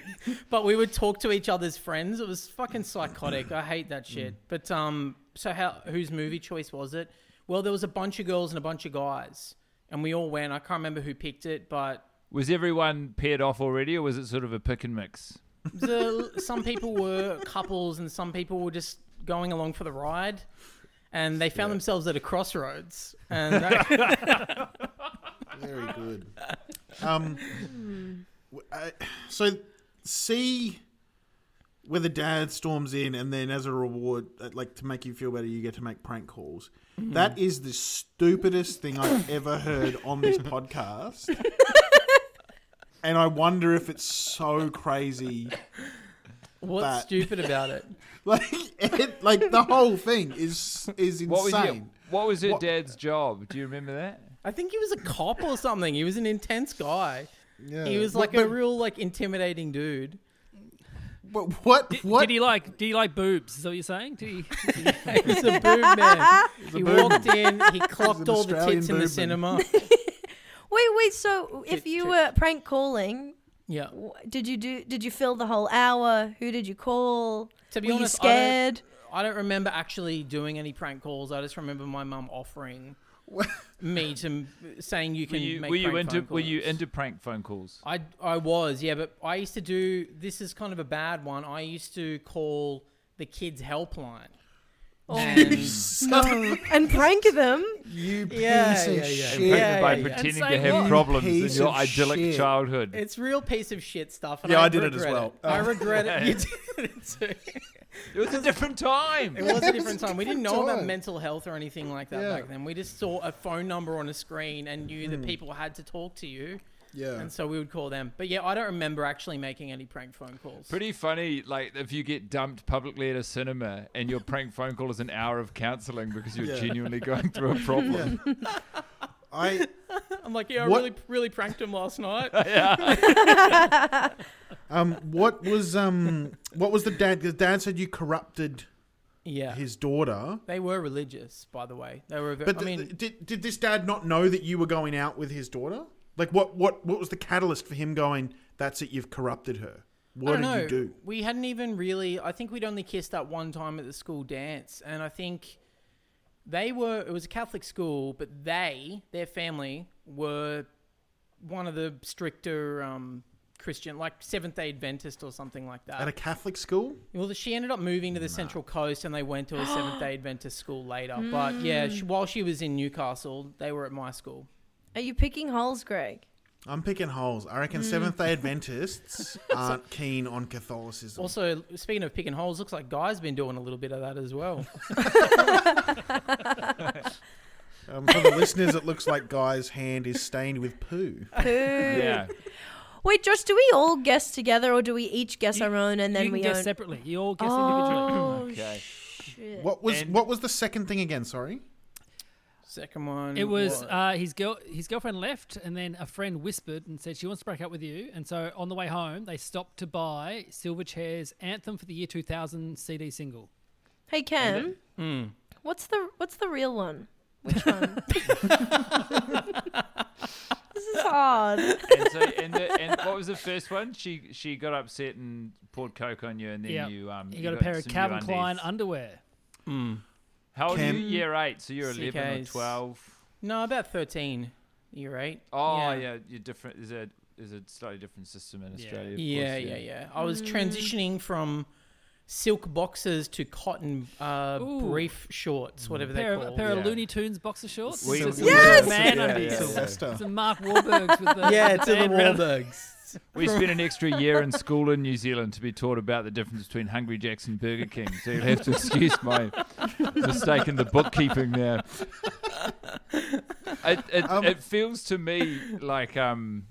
Speaker 2: but we would talk to each other's friends. It was fucking psychotic. I hate that
Speaker 3: Hmm.
Speaker 2: shit. But um, so how whose movie choice was it? Well, there was a bunch of girls and a bunch of guys, and we all went. I can't remember who picked it, but
Speaker 3: Was everyone paired off already, or was it sort of a pick and mix?
Speaker 2: the, some people were couples and some people were just going along for the ride and they found themselves at a crossroads and that-
Speaker 5: Very good. Um, w- I- so C, where the dad storms in, and then as a reward, uh, like to make you feel better, you get to make prank calls. That is the stupidest thing I've ever heard on this podcast. And I wonder if it's so crazy.
Speaker 2: what's
Speaker 5: But-
Speaker 2: stupid about it
Speaker 5: Like, it, like the whole thing is is insane.
Speaker 3: What was your, What was her
Speaker 5: What-
Speaker 3: dad's job? Do you remember that?
Speaker 2: i think he was a cop or something he was an intense guy
Speaker 5: Yeah.
Speaker 2: he was
Speaker 5: But-
Speaker 2: like a
Speaker 5: but-
Speaker 2: real like intimidating dude
Speaker 5: But what?
Speaker 1: Did,
Speaker 5: what?
Speaker 1: did he like? Did he like boobs? Is that what you're saying? Did he?
Speaker 2: he was a boob man he
Speaker 5: boob
Speaker 2: walked in he clocked
Speaker 5: an
Speaker 2: all the
Speaker 5: Australian
Speaker 2: tits in the
Speaker 5: boob man.
Speaker 2: cinema
Speaker 4: Wait, wait. So if
Speaker 2: Tit
Speaker 4: you
Speaker 2: trick.
Speaker 4: were prank calling,
Speaker 2: yeah
Speaker 4: wh- did you do? Did you fill the whole hour? Who did you call?
Speaker 2: to be
Speaker 4: Were
Speaker 2: honest
Speaker 4: you
Speaker 2: I don't-
Speaker 4: scared?
Speaker 2: I don't remember actually doing any prank calls. I just remember my mum offering me to m- saying you
Speaker 3: Were
Speaker 2: can
Speaker 3: you,
Speaker 2: make
Speaker 3: were you
Speaker 2: prank
Speaker 3: into
Speaker 2: phone
Speaker 3: Were you
Speaker 2: calls.
Speaker 3: into prank phone calls?
Speaker 2: I I was yeah, but I used to do this is kind of a bad one. I used to call the kids helpline.
Speaker 5: Oh,
Speaker 2: And
Speaker 4: No. and prank them.
Speaker 5: you piece
Speaker 2: Yeah, yeah,
Speaker 5: of
Speaker 2: yeah.
Speaker 5: shit.
Speaker 3: Prank
Speaker 2: Yeah,
Speaker 3: by
Speaker 2: yeah, yeah.
Speaker 3: pretending
Speaker 1: And say
Speaker 3: to have
Speaker 1: what?
Speaker 3: problems in
Speaker 5: Piece
Speaker 3: your
Speaker 5: of
Speaker 3: idyllic
Speaker 5: shit.
Speaker 3: childhood.
Speaker 2: it's real piece of shit stuff. And
Speaker 5: Yeah,
Speaker 2: I,
Speaker 5: I did it as
Speaker 2: regret
Speaker 5: well. Oh.
Speaker 2: I regret it. You did it too.
Speaker 3: it was a different time.
Speaker 2: It was a
Speaker 5: It
Speaker 2: different
Speaker 5: was a
Speaker 2: time. We didn't
Speaker 5: different
Speaker 2: know about
Speaker 5: time.
Speaker 2: mental health or anything like that
Speaker 5: Yeah. Hmm.
Speaker 2: back then. We just saw a phone number on a screen and knew that people had to talk to you.
Speaker 5: Yeah.
Speaker 2: And so we would call them. But yeah, I don't remember actually making any prank phone calls.
Speaker 3: Pretty funny, like if you get dumped publicly at a cinema and your prank phone call is an hour of counselling because you're
Speaker 5: Yeah.
Speaker 3: genuinely going through a problem.
Speaker 5: I
Speaker 2: I'm like, yeah, I
Speaker 5: What-
Speaker 2: really, really pranked him last night.
Speaker 5: um what was um what was the dad the dad said you corrupted
Speaker 2: yeah.
Speaker 5: his daughter
Speaker 2: They were religious, by the way. They were. Very,
Speaker 5: but
Speaker 2: I
Speaker 5: th-
Speaker 2: mean,
Speaker 5: th- did did this dad not know that you were going out with his daughter like what what what was the catalyst for him going that's it you've corrupted her what
Speaker 2: I don't
Speaker 5: did
Speaker 2: know.
Speaker 5: you do
Speaker 2: We hadn't even really. I think we'd only kissed that one time at the school dance, and I think they were. It was a Catholic school, but they, their family, were one of the stricter um, Christian, like Seventh Day Adventist or something like that.
Speaker 5: At a Catholic school?
Speaker 2: Well, she ended up moving to the Central Coast, and they went to a Seventh Day Adventist school later.
Speaker 1: Hmm.
Speaker 2: But yeah, she, while she was in Newcastle, they were at my school.
Speaker 4: Are you picking holes, Greg?
Speaker 5: I'm picking holes. I
Speaker 2: Mm.
Speaker 5: reckon Seventh day Adventists aren't keen on Catholicism.
Speaker 2: Also, speaking of picking holes, looks like Guy's been doing a little bit of that as well.
Speaker 5: Um, for the listeners, it looks like Guy's hand is stained with poo.
Speaker 3: Yeah.
Speaker 4: Wait, Josh, do we all guess together or do we each guess
Speaker 1: You-
Speaker 4: our own and then
Speaker 1: you
Speaker 4: we
Speaker 1: can guess
Speaker 4: own?
Speaker 1: separately. You all guess individually.
Speaker 4: oh,
Speaker 3: Okay.
Speaker 4: shit.
Speaker 5: What was
Speaker 3: And-
Speaker 5: what was the second thing again? Sorry,
Speaker 2: Second one.
Speaker 1: It was uh, his girl. His girlfriend left, and then a friend whispered and said she wants to break up with you. And so on the way home, they stopped to buy Silverchair's "Anthem for the Year 2000" CD single.
Speaker 4: Hey, Cam.
Speaker 1: Hmm.
Speaker 4: What's the what's the real one? Which one? this is hard.
Speaker 3: and, so, and, the, and what was the first one? She she got upset and poured coke on you, and then
Speaker 1: Yeah.
Speaker 3: you um
Speaker 1: He got a pair of
Speaker 3: some new
Speaker 1: Calvin Klein
Speaker 3: undies.
Speaker 1: underwear.
Speaker 3: How old are
Speaker 5: Cam-
Speaker 3: you? Year eight, so you're eleven or
Speaker 2: CKs.
Speaker 3: twelve.
Speaker 2: no, about thirteen. You're right.
Speaker 3: Oh yeah, you're different. Is a is a slightly different system in Australia. of
Speaker 2: Yeah,
Speaker 3: course,
Speaker 2: yeah, yeah. I was transitioning from silk boxers to cotton uh,
Speaker 1: Ooh.
Speaker 2: brief shorts, whatever
Speaker 1: A pair,
Speaker 2: they're
Speaker 1: of, a
Speaker 2: called.
Speaker 1: pair of
Speaker 3: Yeah.
Speaker 1: Looney Tunes boxer shorts.
Speaker 3: We-
Speaker 1: Some
Speaker 3: Yes!
Speaker 1: Man
Speaker 3: Yeah,
Speaker 1: undies.
Speaker 3: yeah, yeah.
Speaker 5: Sylvester.
Speaker 1: Some Mark Wahlbergs with the
Speaker 2: yeah, to the
Speaker 1: band around-
Speaker 2: Wahlbergs.
Speaker 3: We spent an extra year in school in New Zealand to be taught about the difference between Hungry Jack's and Burger King. So you'll have to excuse my mistake in the bookkeeping there. It, it,
Speaker 5: Um,
Speaker 3: it feels to me like. Um,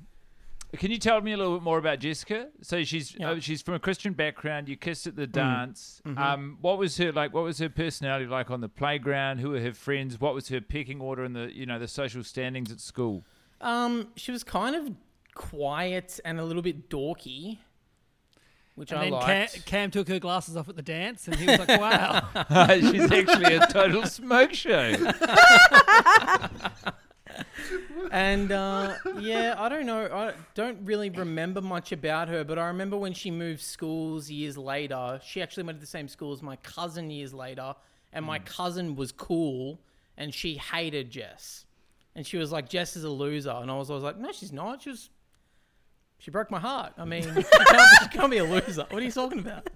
Speaker 3: can you tell me a little bit more about Jessica? So she's
Speaker 2: Yeah.
Speaker 3: uh, she's from a Christian background. You kissed at the dance. Um, what was her like? What was her personality like on the playground? Who were her friends? What was her pecking order in the you know the social standings at school?
Speaker 2: Um, she was kind of quiet and a little bit dorky, which
Speaker 1: And
Speaker 2: I
Speaker 1: then Cam,
Speaker 2: liked.
Speaker 1: Cam took her glasses off at the dance, and he was like, "Wow,
Speaker 3: she's actually a total smoke show.
Speaker 2: and uh, yeah, I don't know. I don't really remember much about her, but I remember when she moved schools years later. She actually went to the same school as my cousin years later, and
Speaker 5: Mm.
Speaker 2: my cousin was cool, and she hated Jess, and she was like, "Jess is a loser," and I was always like, "No, she's not. She was." She broke my heart. I mean, she can't, she can't be a loser. What are you talking about?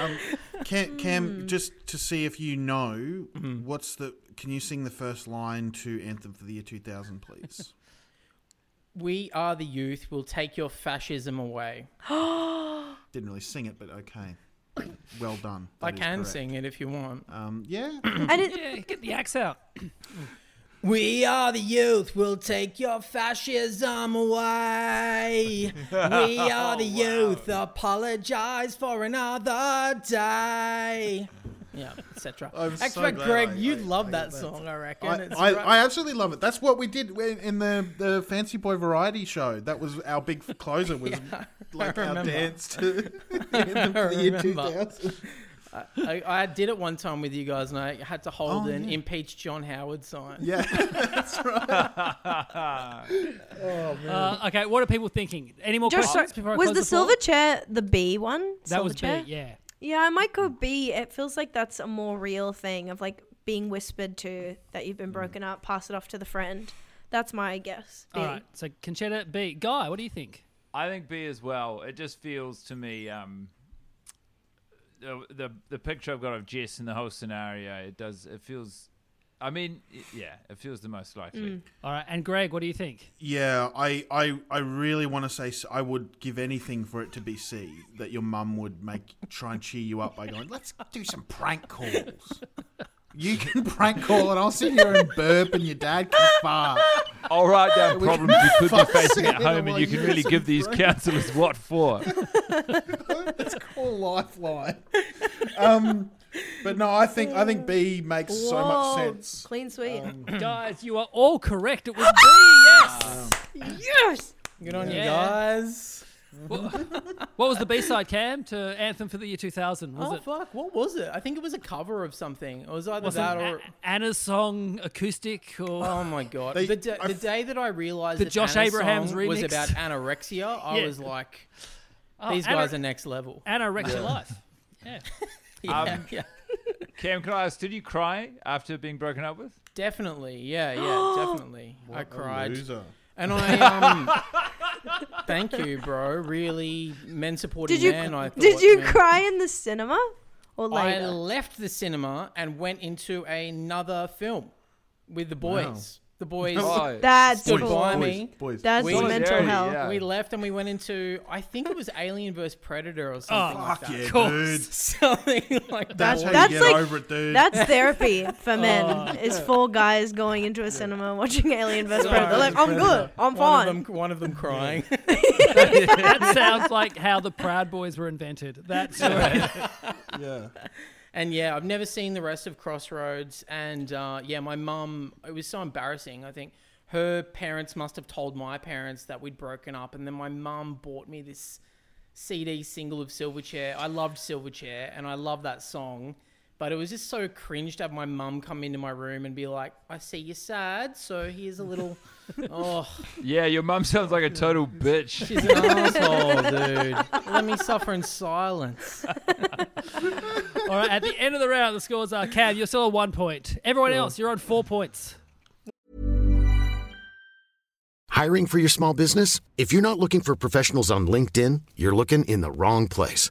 Speaker 5: Um, Cam, Cam just to see if you know
Speaker 2: Hmm.
Speaker 5: what's the. Can you sing the first line to "Anthem for the Year 2000," please?
Speaker 2: We are the youth. We'll take your fascism away.
Speaker 5: Didn't really sing it, but okay. Well done.
Speaker 2: I
Speaker 5: That is
Speaker 2: can
Speaker 5: correct.
Speaker 2: sing it if you want.
Speaker 5: Um, yeah.
Speaker 4: And it,
Speaker 1: yeah, get the axe out."
Speaker 2: We are the youth. We'll take your fascism away. We are the youth. Apologize for another day. Yeah, etc.
Speaker 5: I'm so
Speaker 2: Expect
Speaker 5: glad
Speaker 2: Greg,
Speaker 5: I-
Speaker 2: you'd
Speaker 5: I-
Speaker 2: love
Speaker 5: I
Speaker 2: that
Speaker 5: got that.
Speaker 2: song. I reckon.
Speaker 5: I,
Speaker 2: It's
Speaker 5: I,
Speaker 2: right-
Speaker 5: I absolutely love it. That's what we did in in the, the Fancy Boy variety show. That was our big closer. Was like our
Speaker 2: remember.
Speaker 5: dance to Anthem for the Year
Speaker 2: remember.
Speaker 5: 2000.
Speaker 2: I, I did it one time with you guys, and I had to hold
Speaker 5: Oh,
Speaker 2: an
Speaker 5: yeah.
Speaker 2: impeach John Howard sign.
Speaker 5: Yeah, that's right.
Speaker 1: Uh, okay, what are people thinking? Any more
Speaker 4: Josh, sorry,
Speaker 1: questions? before I
Speaker 4: was
Speaker 1: close
Speaker 4: the
Speaker 1: floor?
Speaker 4: silver chair the B one?
Speaker 1: That was
Speaker 4: Silverchair?
Speaker 1: B, yeah.
Speaker 4: Yeah, I might go B. It feels like that's a more real thing of like being whispered to that you've been
Speaker 5: Mm.
Speaker 4: broken up, pass it off to the friend. That's my guess. B.
Speaker 1: All right, so Conchetta B. Guy, what do you think?
Speaker 3: I think B as well. It just feels to me um, the, the the picture I've got of Jess and the whole scenario. It does. It feels. I mean, y- yeah, it feels the most likely.
Speaker 1: All right, and Greg, what do you think?
Speaker 5: Yeah, I, I, I really want to say s- I would give anything for it to be C. That your mum would make try and cheer you up by going, "Let's do some prank calls." You can prank call, and I'll sit here and burp, and your dad can fart.
Speaker 3: All right, down
Speaker 5: We can
Speaker 3: problems you could
Speaker 5: fuck
Speaker 3: be facing
Speaker 5: sit
Speaker 3: at home,
Speaker 5: while
Speaker 3: and you can
Speaker 5: you
Speaker 3: really
Speaker 5: some
Speaker 3: give these
Speaker 5: brain-
Speaker 3: counsellors what for.
Speaker 5: It's called lifeline. Um, but no, I think I think B makes so much
Speaker 4: Whoa,
Speaker 5: sense. Um,
Speaker 4: Clean sweep.
Speaker 1: Guys, you are all correct. It was B, yes.
Speaker 4: yes.
Speaker 2: Good on
Speaker 1: Yeah.
Speaker 2: you guys.
Speaker 1: What was the B side, Cam, to Anthem for the Year 2000? Was
Speaker 2: oh
Speaker 1: it
Speaker 2: fuck! What was it? I think it was a cover of something. It was either
Speaker 1: was
Speaker 2: that
Speaker 1: it
Speaker 2: or.
Speaker 1: A- Anna's song, acoustic, or
Speaker 2: Oh my god!
Speaker 5: They-
Speaker 2: the, da-
Speaker 5: I
Speaker 2: the
Speaker 5: f-
Speaker 2: day that I realized
Speaker 1: The
Speaker 2: that
Speaker 1: Josh
Speaker 2: Anna's
Speaker 1: Abraham's
Speaker 2: song was
Speaker 1: remix.
Speaker 2: about anorexia, I
Speaker 1: Yeah.
Speaker 2: was like,
Speaker 1: Oh,
Speaker 2: "These
Speaker 1: Anna-
Speaker 2: guys are next level."
Speaker 1: Anna wrecked your life.
Speaker 2: Yeah,
Speaker 3: Um,
Speaker 2: yeah.
Speaker 3: Cam, can I ask? Did you cry after being broken up with?
Speaker 2: definitely. Yeah, yeah, definitely. I
Speaker 5: What a
Speaker 2: cried,
Speaker 5: loser.
Speaker 2: and I um, Thank you, bro. Really men supporting
Speaker 4: Did you
Speaker 2: man. I
Speaker 4: did
Speaker 2: thought,
Speaker 4: you
Speaker 2: man.
Speaker 4: cry in the cinema or
Speaker 2: I
Speaker 4: later?
Speaker 2: left the cinema and went into another film with the boys. The boys
Speaker 3: Oh,
Speaker 4: That's
Speaker 2: stood
Speaker 4: cool.
Speaker 2: by
Speaker 5: Boys,
Speaker 2: me.
Speaker 5: boys.
Speaker 4: That's
Speaker 2: We-
Speaker 4: mental
Speaker 3: Solidarity,
Speaker 4: health.
Speaker 3: yeah.
Speaker 2: We left and we went into I think it was Alien vs Predator or
Speaker 1: Oh,
Speaker 2: something. like
Speaker 5: Fuck
Speaker 2: that.
Speaker 5: yeah,
Speaker 1: course.
Speaker 5: dude.
Speaker 2: Something like that.
Speaker 5: That's how
Speaker 4: That's
Speaker 5: you get
Speaker 4: like-
Speaker 5: over it, dude.
Speaker 4: That's therapy for men. Is four guys going into a cinema watching Alien vs
Speaker 2: Sorry.
Speaker 4: Predator? They're like, I'm good. I'm
Speaker 2: one
Speaker 4: fine.
Speaker 2: of them, one of them crying.
Speaker 1: that sounds like how the Proud Boys were invented. That's
Speaker 5: yeah.
Speaker 2: And yeah, I've never seen the rest of Crossroads. And uh, yeah, my mum, it was so embarrassing. I think her parents must have told my parents that we'd broken up. And then my mum bought me this CD single of Silverchair. I loved Silverchair and I love that song. But it was just so cringe to have my mum come into my room and be like, I see you're sad. So here's a little. oh,
Speaker 3: yeah, your mum sounds like a total bitch.
Speaker 2: she's an asshole, dude. Let me suffer in silence.
Speaker 1: All right, at the end of the round, the scores are Cam, you're still on one point. Everyone else, you're on four points.
Speaker 6: Hiring for your small business? If you're not looking for professionals on LinkedIn, you're looking in the wrong place.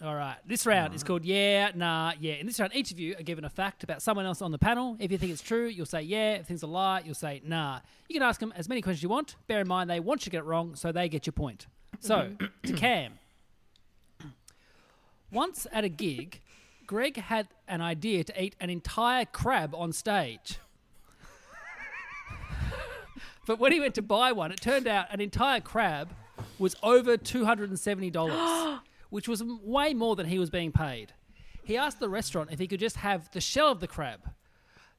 Speaker 1: All right, this round is called Yeah, Nah, Yeah. In this round, each of you are given a fact about someone else on the panel. If you think it's true, you'll say yeah. If things a lie, you'll say nah. You can ask them as many questions you want. Bear in mind, they want you to get it wrong, so they get your point. So, to Cam. Once at a gig, Greg had an idea to eat an entire crab on stage. but when he went to buy one, it turned out an entire crab was over $270, which was m- way more than he was being paid. He asked the restaurant if he could just have the shell of the crab.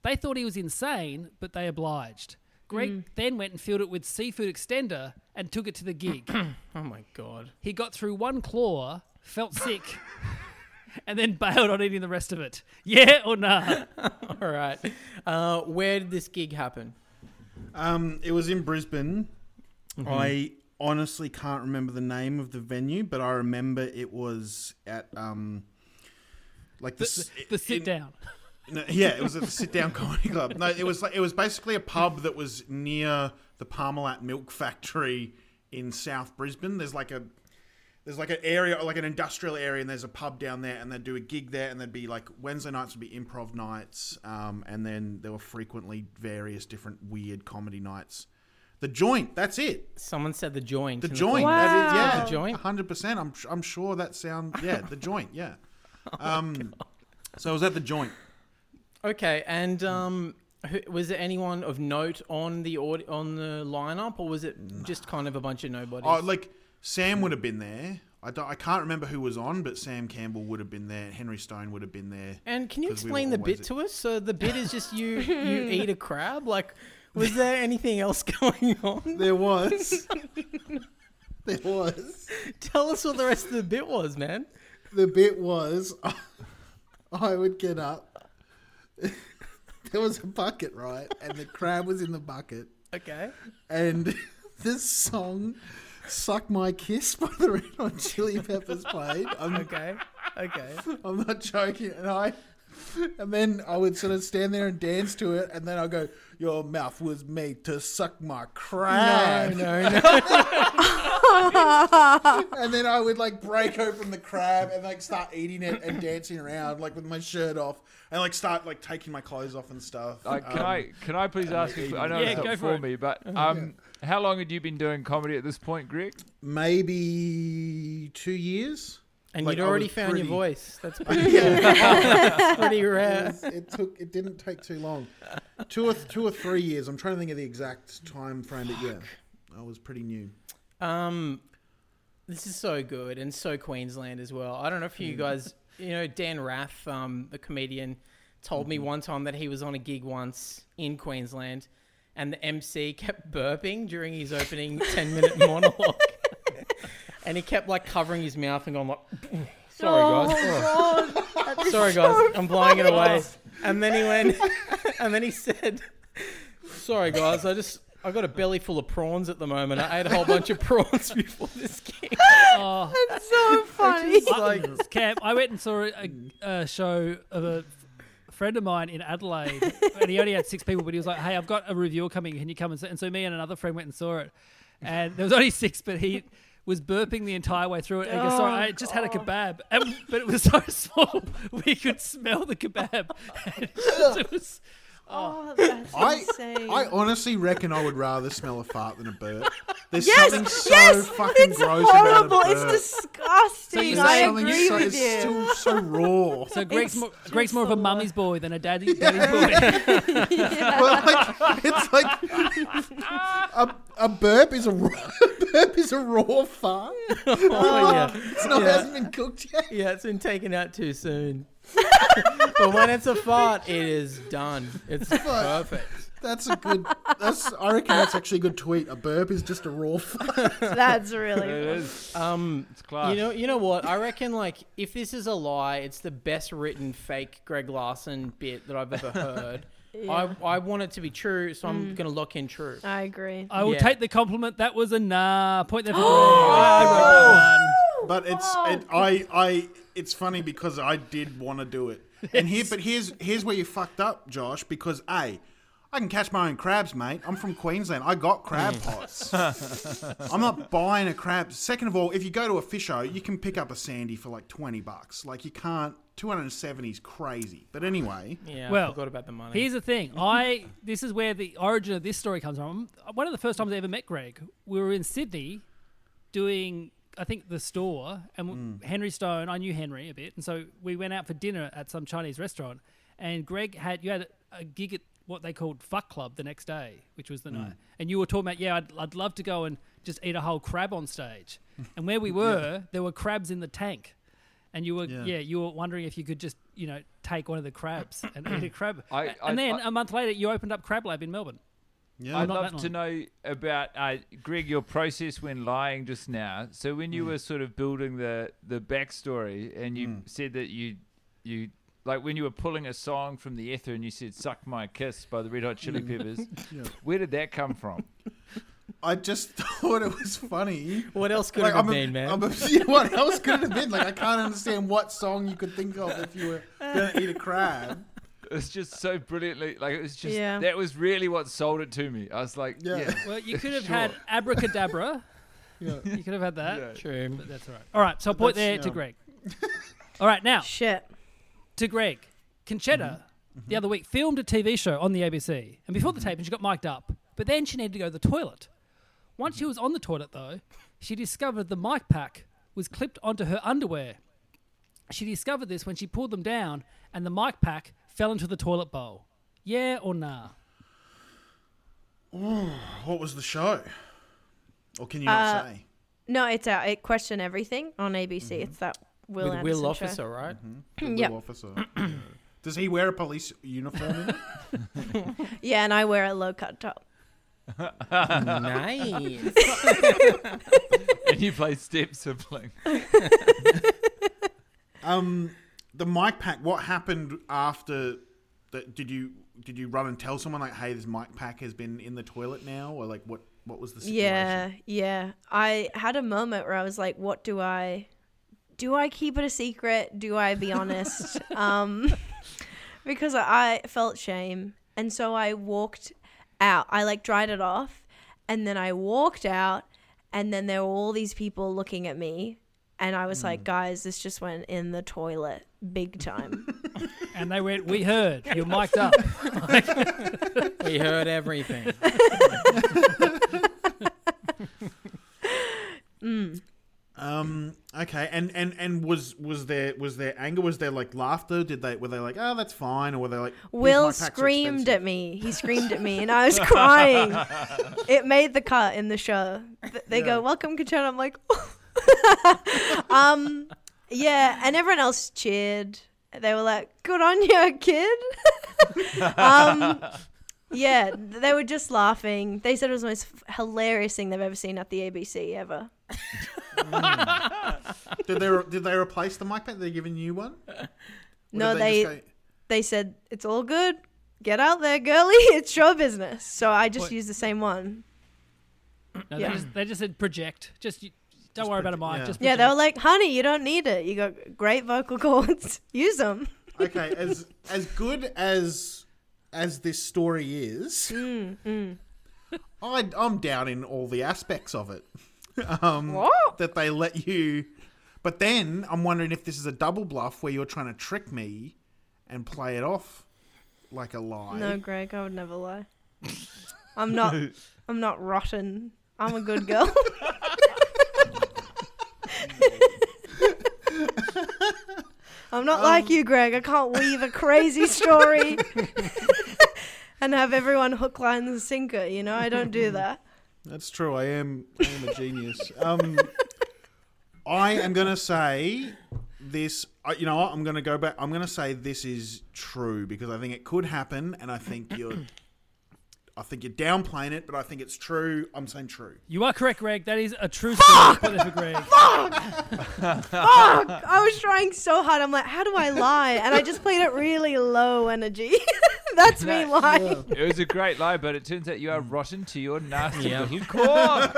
Speaker 1: They thought he was insane, but they obliged. Greg
Speaker 2: Mm.
Speaker 1: then went and filled it with seafood extender and took it to the gig.
Speaker 2: Oh my God.
Speaker 1: He got through one claw, felt sick, and then bailed on eating the rest of it. Yeah or nah?
Speaker 2: All right. Uh, where did this gig happen?
Speaker 5: Um, it was in Brisbane. I honestly can't remember the name of the venue, but I remember it was at um, like this
Speaker 1: The sit down.
Speaker 5: No, yeah, it was at the sit down comedy club. No, it was like it was basically a pub that was near the Parmalat Milk Factory in South Brisbane. There's like a there's like an area, like an industrial area, and there's a pub down there, and they'd do a gig there, and there'd be like Wednesday nights would be improv nights, um, and then there were frequently various different weird comedy nights. The joint, that's it.
Speaker 2: Someone said the joint.
Speaker 5: The
Speaker 2: in
Speaker 5: joint,
Speaker 2: comments.
Speaker 5: that is, yeah,
Speaker 2: The joint?
Speaker 5: hundred percent. I'm I'm sure that sound, yeah, the joint, yeah.
Speaker 2: Oh
Speaker 5: Um, so I was at the joint.
Speaker 2: Okay, and um, who, was there anyone of note on the aud- on the lineup, or was it just kind of a bunch of nobodies?
Speaker 5: Oh, like Sam would have been there. I, don't- I can't remember who was on, but Sam Campbell would have been there. Henry Stone would have been there.
Speaker 2: and can you
Speaker 5: 'cause we were
Speaker 2: explain the bit
Speaker 5: always-
Speaker 2: to us? So the bit is just you you eat a crab. Like, was there anything else going on?
Speaker 5: There was. there was.
Speaker 2: Tell us what the rest of the bit was, man.
Speaker 5: The bit was I would get up. there was a bucket, right? And the crab was in the bucket.
Speaker 2: Okay.
Speaker 5: and this song "Suck My Kiss" by the Red Hot Chili Peppers played. I'm,
Speaker 2: Okay. Okay.
Speaker 5: I'm not joking, and I. And then I would sort of stand there and dance to it, and then I'll go, Your mouth was made to suck my crab.
Speaker 2: no, no.
Speaker 5: And then I would like break open the crab and like start eating it and dancing around, like with my shirt off, and like start like taking my clothes off and stuff.
Speaker 3: Uh, can
Speaker 5: Um,
Speaker 3: I can I please ask? you I know
Speaker 1: Yeah,
Speaker 3: it's not
Speaker 1: go
Speaker 3: for,
Speaker 1: for it.
Speaker 3: me, but um, how long had you been doing comedy at this point, Greg?
Speaker 5: Maybe two years.
Speaker 2: And
Speaker 5: Like,
Speaker 2: you'd
Speaker 5: I
Speaker 2: already
Speaker 5: was
Speaker 2: found
Speaker 5: pretty-
Speaker 2: your voice. That's pretty, pretty rare.
Speaker 5: was- it took it didn't take too long two or two or three years i'm trying to think of the exact time frame but yeah i was pretty new
Speaker 2: Um, this is so good and so Queensland as well. I don't know if
Speaker 4: Hmm.
Speaker 2: you guys, you know, Dan Rath, um, the comedian, told
Speaker 4: Mm-hmm.
Speaker 2: me one time that he was on a gig once in Queensland, and the MC kept burping during his opening ten minute monologue. and he kept like covering his mouth and going like, "Sorry guys,
Speaker 4: Oh, God. That's
Speaker 2: sorry
Speaker 4: so
Speaker 2: guys, I'm blowing it away." And then he went, and then he said, "Sorry guys, I just I got a belly full of prawns at the moment. I ate a whole bunch of prawns before this game."
Speaker 1: Oh,
Speaker 4: That's so funny.
Speaker 1: I- Cam, I went and saw a, a show of a f- friend of mine in Adelaide, and he only had six people, but he was like, "Hey, I've got a reviewer coming. Can you come and?" See? And so me and another friend went and saw it, and there was only six, but he was burping the entire way through it. And he goes, "Sorry, I just had a kebab, and, but it was so small we could smell the kebab." And it was,
Speaker 4: Oh, that's
Speaker 5: I,
Speaker 4: insane.
Speaker 5: I honestly reckon I would rather smell a fart than a burp. There's
Speaker 4: yes,
Speaker 5: something so
Speaker 4: yes,
Speaker 5: fucking
Speaker 4: it's
Speaker 5: gross
Speaker 4: horrible.
Speaker 5: about a burp.
Speaker 4: It's disgusting.
Speaker 1: So
Speaker 4: I
Speaker 1: you're
Speaker 5: something
Speaker 4: agree
Speaker 5: so,
Speaker 4: with
Speaker 5: it's
Speaker 4: you.
Speaker 5: still so raw.
Speaker 1: so Greg's,
Speaker 4: It's
Speaker 1: more, Greg's more of a mummy's boy than a daddy, daddy's boy.
Speaker 5: Well, like, it's like a, a burp is a raw, a burp is a raw fart.
Speaker 2: Oh, yeah.
Speaker 5: It's not
Speaker 2: Yeah.
Speaker 5: hasn't been cooked yet.
Speaker 2: Yeah, it's been taken out too soon. but when it's a fart, it is done. It's perfect.
Speaker 5: That's a good. That's I reckon that's actually a good tweet. A burp is just a raw fart.
Speaker 4: That's really.
Speaker 3: It
Speaker 4: funny.
Speaker 3: is.
Speaker 2: Um,
Speaker 3: It's class.
Speaker 2: you know, you know what? I reckon like if this is a lie, it's the best written fake Greg Larson bit that I've ever heard. I I want it to be true, so
Speaker 4: Mm.
Speaker 2: I'm gonna lock in true.
Speaker 4: I agree.
Speaker 1: I will
Speaker 2: Yeah.
Speaker 1: take the compliment. That was a nah. Point there for Greg. I wrote that one.
Speaker 5: But it's
Speaker 2: Oh.
Speaker 5: it, I I it's funny because I did want to do it. And here, but here's here's where you fucked up, Josh. Because a, I can catch my own crabs, mate. I'm from Queensland. I got crab pots. I'm not buying a crab. Second of all, if you go to a fisho, you can pick up a sandy for like twenty bucks. Like you can't. 270 is crazy. But anyway,
Speaker 2: Yeah,
Speaker 1: Well,
Speaker 2: I forgot about the money.
Speaker 1: Here's the thing. I this is where the origin of this story comes from. One of the first times I ever met Greg, we were in Sydney doing I think the store and w Henry Stone, I knew Henry a bit, and so we went out for dinner at some Chinese restaurant and Greg had you had a gig at what they called Fuck Club the next day, which was the night. And you were talking about, yeah, I'd, I'd love to go and just eat a whole crab on stage. And where we were, there were crabs in the tank. And you were, yeah.
Speaker 5: Yeah.
Speaker 1: you were wondering if you could just, you know, take one of the crabs and eat a crab.
Speaker 3: I-
Speaker 1: A-
Speaker 3: I-
Speaker 1: and then
Speaker 3: I-
Speaker 1: a month later, you opened up Crab Lab in Melbourne.
Speaker 5: yeah,
Speaker 3: I'd
Speaker 1: not
Speaker 3: love
Speaker 1: that
Speaker 3: to know about uh, Greg your process when lying just now. So when
Speaker 4: Hmm.
Speaker 3: you were sort of building the the backstory, and you said that you you like when you were pulling a song from the ether, and you said "Suck My Kiss" by the Red Hot
Speaker 4: Hmm.
Speaker 3: Chili Peppers. Where did that come from?
Speaker 5: I just thought it was funny.
Speaker 2: What else could
Speaker 5: Like,
Speaker 2: it have
Speaker 5: I'm a-
Speaker 2: been, man?
Speaker 5: I'm a- you know what else could it have been? Like, I can't understand what song you could think of if you were going to eat a crab.
Speaker 3: It was just so brilliantly like it was just
Speaker 4: Yeah.
Speaker 3: that was really what sold it to me. I was like,
Speaker 5: Yeah.
Speaker 3: yeah,
Speaker 1: Well, you could have had Abracadabra.
Speaker 5: Yeah.
Speaker 1: You could have had that.
Speaker 3: Yeah.
Speaker 2: True.
Speaker 1: But that's all right. All right, so point there
Speaker 5: That's-
Speaker 1: to
Speaker 5: yeah.
Speaker 1: Greg. All right, now
Speaker 4: Shit.
Speaker 1: to Greg. Conchetta, the other week, filmed a TV show on the ABC. And before the taping, she got mic'd up. But then she needed to go to the toilet. Once she was on the toilet, though, she discovered the mic pack was clipped onto her underwear. She discovered this when she pulled them down, and the mic pack fell into the toilet bowl. Yeah or nah?
Speaker 5: What was the show? Or can you not say?
Speaker 4: No, it's out. It question everything on ABC. It's that Will
Speaker 2: With
Speaker 4: Anderson
Speaker 2: Will
Speaker 4: show.
Speaker 2: Officer, right?
Speaker 5: The
Speaker 4: yeah.
Speaker 5: little officer. Yeah. Does he wear a police uniform? In it?
Speaker 4: Yeah, and I wear a low cut top.
Speaker 2: Mm-hmm. nice.
Speaker 3: and you play step sibling.
Speaker 5: um, the mic pack. What happened after? That, did you did you run and tell someone like, "Hey, this mic pack has been in the toilet now," or like, what what was the situation?
Speaker 4: Yeah, yeah. I had a moment where I was like, what do I do I keep it a secret? Do I be honest? um because I felt shame. And so I walked out. I like dried it off and then I walked out and then there were all these people looking at me and I was like, guys, this just went in the toilet big time.
Speaker 1: And they went, We heard. You're mic'd up.
Speaker 2: we heard everything.
Speaker 5: Um. Okay. And and and was was there was there anger? Was there like laughter? Did they were they like, "Oh, that's fine," or were they like, "These
Speaker 4: Will
Speaker 5: mic packs are
Speaker 4: screamed
Speaker 5: expensive."
Speaker 4: at me. He screamed at me, and I was crying. it made the cut in the show. Th- They
Speaker 5: Yeah.
Speaker 4: go, "Welcome, Conchetta." I'm like, um, yeah, and everyone else cheered. They were like, "Good on you, kid." um, yeah, they were just laughing. They said it was the most f- hilarious thing they've ever seen at the ABC ever.
Speaker 5: Did they re- did they replace the mic pad? They give a new one? Or did
Speaker 4: No,
Speaker 5: just
Speaker 4: they- They said it's all good. Get out there, girly. It's show business. So I just
Speaker 1: What?
Speaker 4: used the same one.
Speaker 1: No,
Speaker 4: Yeah.
Speaker 1: they, just, they just said project. Just you, don't worry about a mic.
Speaker 5: project-
Speaker 1: Just
Speaker 4: Yeah,
Speaker 1: project.
Speaker 4: they were like, "Honey, you don't need it. You got great vocal cords. Use them."
Speaker 5: go- okay, as as good as as this story is,
Speaker 4: Mm,
Speaker 5: I I'm down in all the aspects of it. Um,
Speaker 4: What?
Speaker 5: That they let you, but then I'm wondering if this is a double bluff where you're trying to trick me and play it off like a lie.
Speaker 4: No, Greg, I would never lie. I'm not. I'm not rotten. I'm a good girl. I'm
Speaker 5: Um,
Speaker 4: not like you, Greg. I can't weave a crazy story and have everyone hook, line, and sinker. You know, I don't do that.
Speaker 5: That's true. I am. I am a genius. Um, I am going to say this. I- You know, what? I'm going to go back. I'm going to say this is true because I think it could happen, and I think you're. I think you're downplaying it, but I think it's true. I'm saying true.
Speaker 1: you are correct, Greg. That is a true story. Put it for Greg.
Speaker 4: Fuck! I was trying so hard. I'm like, how do I lie? And I just played it really low energy. That's me
Speaker 3: That-
Speaker 4: lying.
Speaker 3: It was a great lie, but it turns out you are
Speaker 4: Hmm.
Speaker 3: rotten to your nasty little core.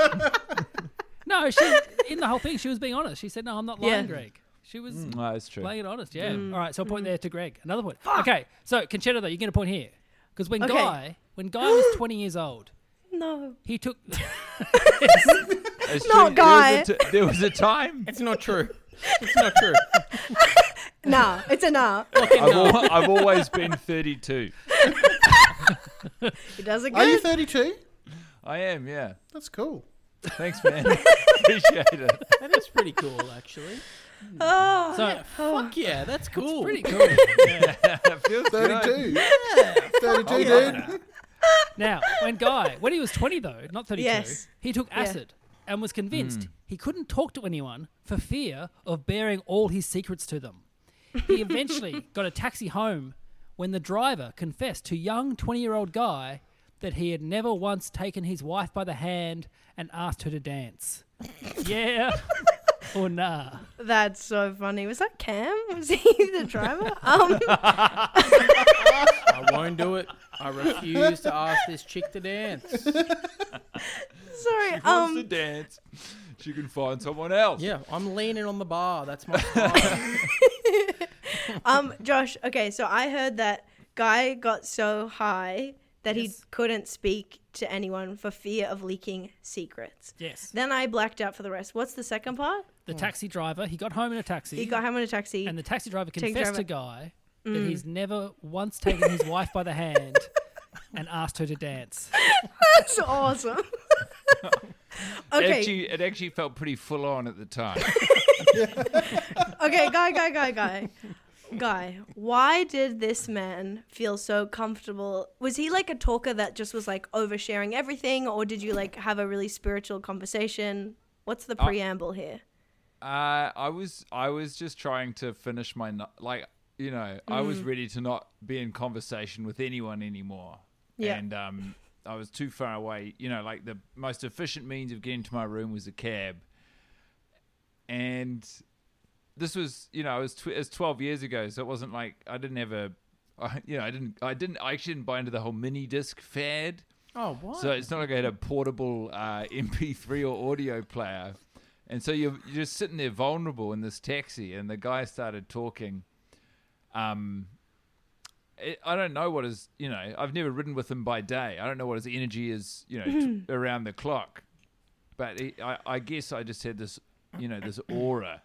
Speaker 1: No, she in the whole thing she was being honest. She said, "No, I'm not lying,
Speaker 4: Yeah. Mm.
Speaker 1: Greg." She was
Speaker 4: Hmm.
Speaker 3: No, that's true.
Speaker 1: playing it honest. Yeah. All right. So a point there to Greg. Another point. Okay. So Conchetta, though, you get a point here because when
Speaker 4: Okay.
Speaker 1: Guy, when Guy was 20 years old,
Speaker 4: No.
Speaker 1: he took.
Speaker 3: It's
Speaker 4: Not
Speaker 3: true. There was
Speaker 4: guy.
Speaker 3: a t- There was a time.
Speaker 2: It's not true. It's not true.
Speaker 4: Nah, it's a nah.
Speaker 3: I've, al- I've always been 32.
Speaker 4: He does it
Speaker 5: Are you
Speaker 4: good.
Speaker 5: 32?
Speaker 3: I am, yeah.
Speaker 5: That's cool.
Speaker 3: Thanks, man. Appreciate it.
Speaker 2: That is pretty cool, actually.
Speaker 4: Oh.
Speaker 1: so
Speaker 2: Fuck yeah, that's cool.
Speaker 1: pretty cool.
Speaker 3: That feels good.
Speaker 5: 32. 32, dude.
Speaker 1: Now, when Guy, when he was 20 though, not 32,
Speaker 4: Yes.
Speaker 1: he took acid and was convinced he couldn't talk to anyone for fear of bearing all his secrets to them. He eventually got a taxi home when the driver confessed to young 20-year-old Guy that he had never once taken his wife by the hand and asked her to dance. yeah or nah.
Speaker 4: That's so funny. Was that Cam? Was he the driver? Um,
Speaker 2: I won't do it. I refuse to ask this chick to dance.
Speaker 4: sorry.
Speaker 3: Wants to
Speaker 4: Um,
Speaker 3: dance. She can find someone else.
Speaker 2: Yeah, I'm leaning on the bar. That's my style.
Speaker 4: um, Josh. Okay, so I heard that guy got so high that he couldn't speak to anyone for fear of leaking secrets.
Speaker 1: Yes.
Speaker 4: Then I blacked out for the rest. What's the second part?
Speaker 1: The taxi driver, he got home in a taxi.
Speaker 4: He got home in a taxi.
Speaker 1: and the taxi driver
Speaker 4: Taxi
Speaker 1: confessed
Speaker 4: driver.
Speaker 1: to Guy that he's never once taken his wife by the hand and asked her to dance.
Speaker 4: That's awesome. okay.
Speaker 3: It actually, it actually felt pretty full on at the time.
Speaker 4: okay, guy, guy, guy, guy. Guy, why did this man feel so comfortable? Was he like a talker that just was like oversharing everything, or did you like have a really spiritual conversation? What's the preamble here?
Speaker 3: Uh, I was I was just trying to finish my no- like you know I was ready to not be in conversation with anyone anymore.
Speaker 4: Yeah.
Speaker 3: And um, I was too far away. You know, like the most efficient means of getting to my room was a cab. And this was you know it was, tw- it was twelve years ago, so it wasn't like I didn't have a I, you know I didn't I didn't I actually didn't buy into the whole mini disc fad.
Speaker 2: Oh, what?
Speaker 3: So it's not like I had a portable uh, MP3 or audio player. And so you're, you're just sitting there vulnerable in this taxi, and the guy started talking. Um, it, I don't know what is, you know, I've never ridden with him by day. I don't know what his energy is, you know, t- around the clock. But he, I, I guess I just had this, you know, this aura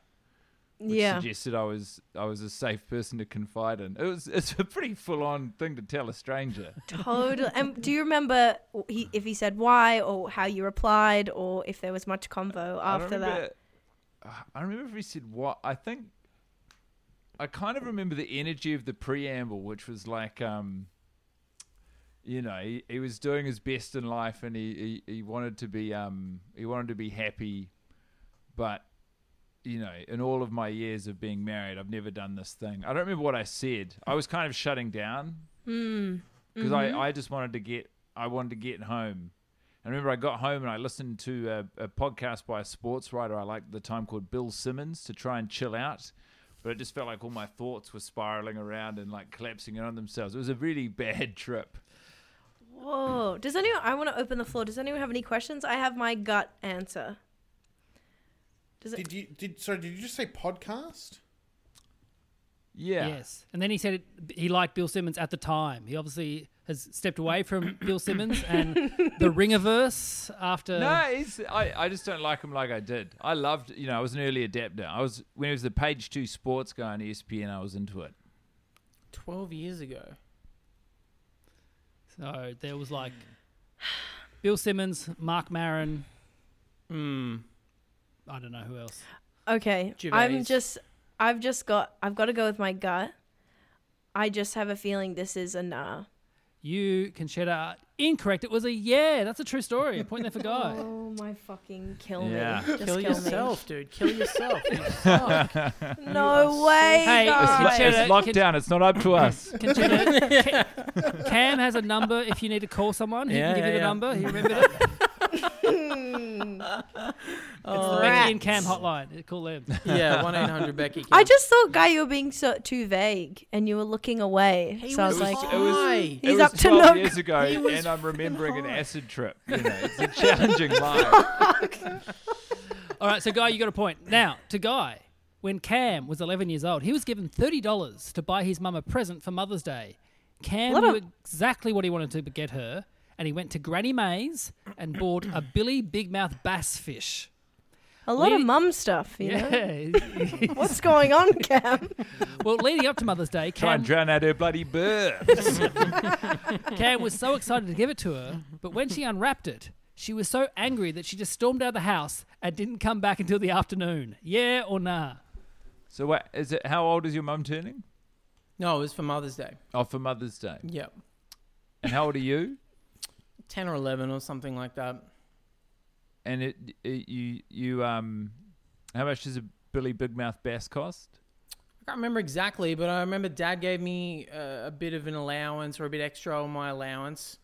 Speaker 3: which
Speaker 4: yeah.
Speaker 3: suggested I was I was a safe person to confide in. It was it's a pretty full on thing to tell a stranger.
Speaker 4: Totally. And do you remember he, if he said why or how you replied or if there was much convo
Speaker 3: I don't
Speaker 4: after that?
Speaker 3: remember- I don't remember if he said what. I think I kind of remember the energy of the preamble, which was like, um, you know, he, he was doing his best in life, and he, he, he wanted to be um he wanted to be happy, but you know, in all of my years of
Speaker 4: Hmm.
Speaker 3: being married, I've never done this thing. I don't remember what I said. I was kind of shutting down. because
Speaker 4: Mm-hmm.
Speaker 3: I, I just wanted to get I wanted to get home. And I remember I got home and I listened to a, a podcast by a sports writer I liked at the time called Bill Simmons to try and chill out. But it just felt like all my thoughts were spiraling around and like collapsing in on themselves. It was a really bad trip.
Speaker 4: Whoa. Does anyone, I want to open the floor. Does anyone have any questions? I have my gut answer. Does it,
Speaker 7: Did you did sorry? Did you just say podcast?
Speaker 3: Yeah.
Speaker 1: Yes. And then he said it, he liked Bill Simmons at the time. He obviously has stepped away from Bill Simmons and the Ringiverse after.
Speaker 3: No, he's, I, I just don't like him like I did. I loved, you know, I was an early adapter. I was when he was the page two sports guy on E ESPN. I was into it.
Speaker 2: Twelve years ago.
Speaker 1: So there was like Bill Simmons, Mark Maron.
Speaker 2: Mm.
Speaker 1: I don't know who else.
Speaker 4: okay.
Speaker 2: Gervais.
Speaker 4: I'm just, I've just got, I've got to go with my gut. I just have a feeling this is a nah.
Speaker 1: You can shed out. Incorrect. It was a yeah. That's a true story. A point there for Guy.
Speaker 4: Oh my fucking kill
Speaker 3: Yeah.
Speaker 4: me. Just
Speaker 2: Kill,
Speaker 4: kill,
Speaker 2: yourself, dude. Kill yourself. You suck.
Speaker 4: me. No way.
Speaker 1: Hey,
Speaker 4: guys.
Speaker 1: it's
Speaker 3: Ah, It's
Speaker 1: Cheddar,
Speaker 3: lockdown. It's not up to us.
Speaker 1: Conchita, Ca- Cam has a number if you need to call someone. He can
Speaker 2: Yeah,
Speaker 1: give you
Speaker 2: yeah,
Speaker 1: the
Speaker 2: yeah.
Speaker 1: number. He remembered it. it's the Becky and Cam hotline. Call them.
Speaker 2: yeah, one eight hundred Becky.
Speaker 4: I just thought, Guy, you were being so too vague and you were looking away.
Speaker 2: He
Speaker 4: so I
Speaker 2: was
Speaker 4: was like,
Speaker 2: hot.
Speaker 3: it was,
Speaker 2: Why?
Speaker 3: it
Speaker 4: He's
Speaker 3: was
Speaker 4: up to
Speaker 3: 12
Speaker 4: no
Speaker 3: years ago,
Speaker 2: He was
Speaker 3: and I'm
Speaker 2: fucking
Speaker 3: remembering an
Speaker 2: high.
Speaker 3: acid trip. You know, it's a challenging life.
Speaker 1: All right, so Guy, you got a point. Now, to Guy, when Cam was 11 years old, he was given $30 to buy his mum a present for Mother's Day. Cam
Speaker 4: What a-
Speaker 1: knew exactly what he wanted to get her, and he went to Granny Mae's and bought a Billy Big Mouth bass fish.
Speaker 4: a lot of
Speaker 1: we-
Speaker 4: mum stuff, you know?
Speaker 1: Yeah.
Speaker 4: What's going on,
Speaker 3: Uh,
Speaker 4: Cam?
Speaker 1: well, leading up to Mother's Day,
Speaker 3: Try and
Speaker 1: Cam,
Speaker 3: drown out her bloody birds.
Speaker 1: Cam was so excited to give it to her, but when she unwrapped it, she was so angry that she just stormed out of the house and didn't come back until the afternoon. Yeah or nah?
Speaker 3: so, what is it? How old is your mum turning?
Speaker 2: no, it was for Mother's Day.
Speaker 3: Oh, for Mother's Day.
Speaker 2: Yep,
Speaker 3: And how old are you?
Speaker 2: ten or eleven or something like that.
Speaker 3: And it, it you you um, how much does a Billy Big Mouth bass cost?
Speaker 2: I can't remember exactly, but I remember Dad gave me uh, a bit of an allowance or a bit extra on my allowance.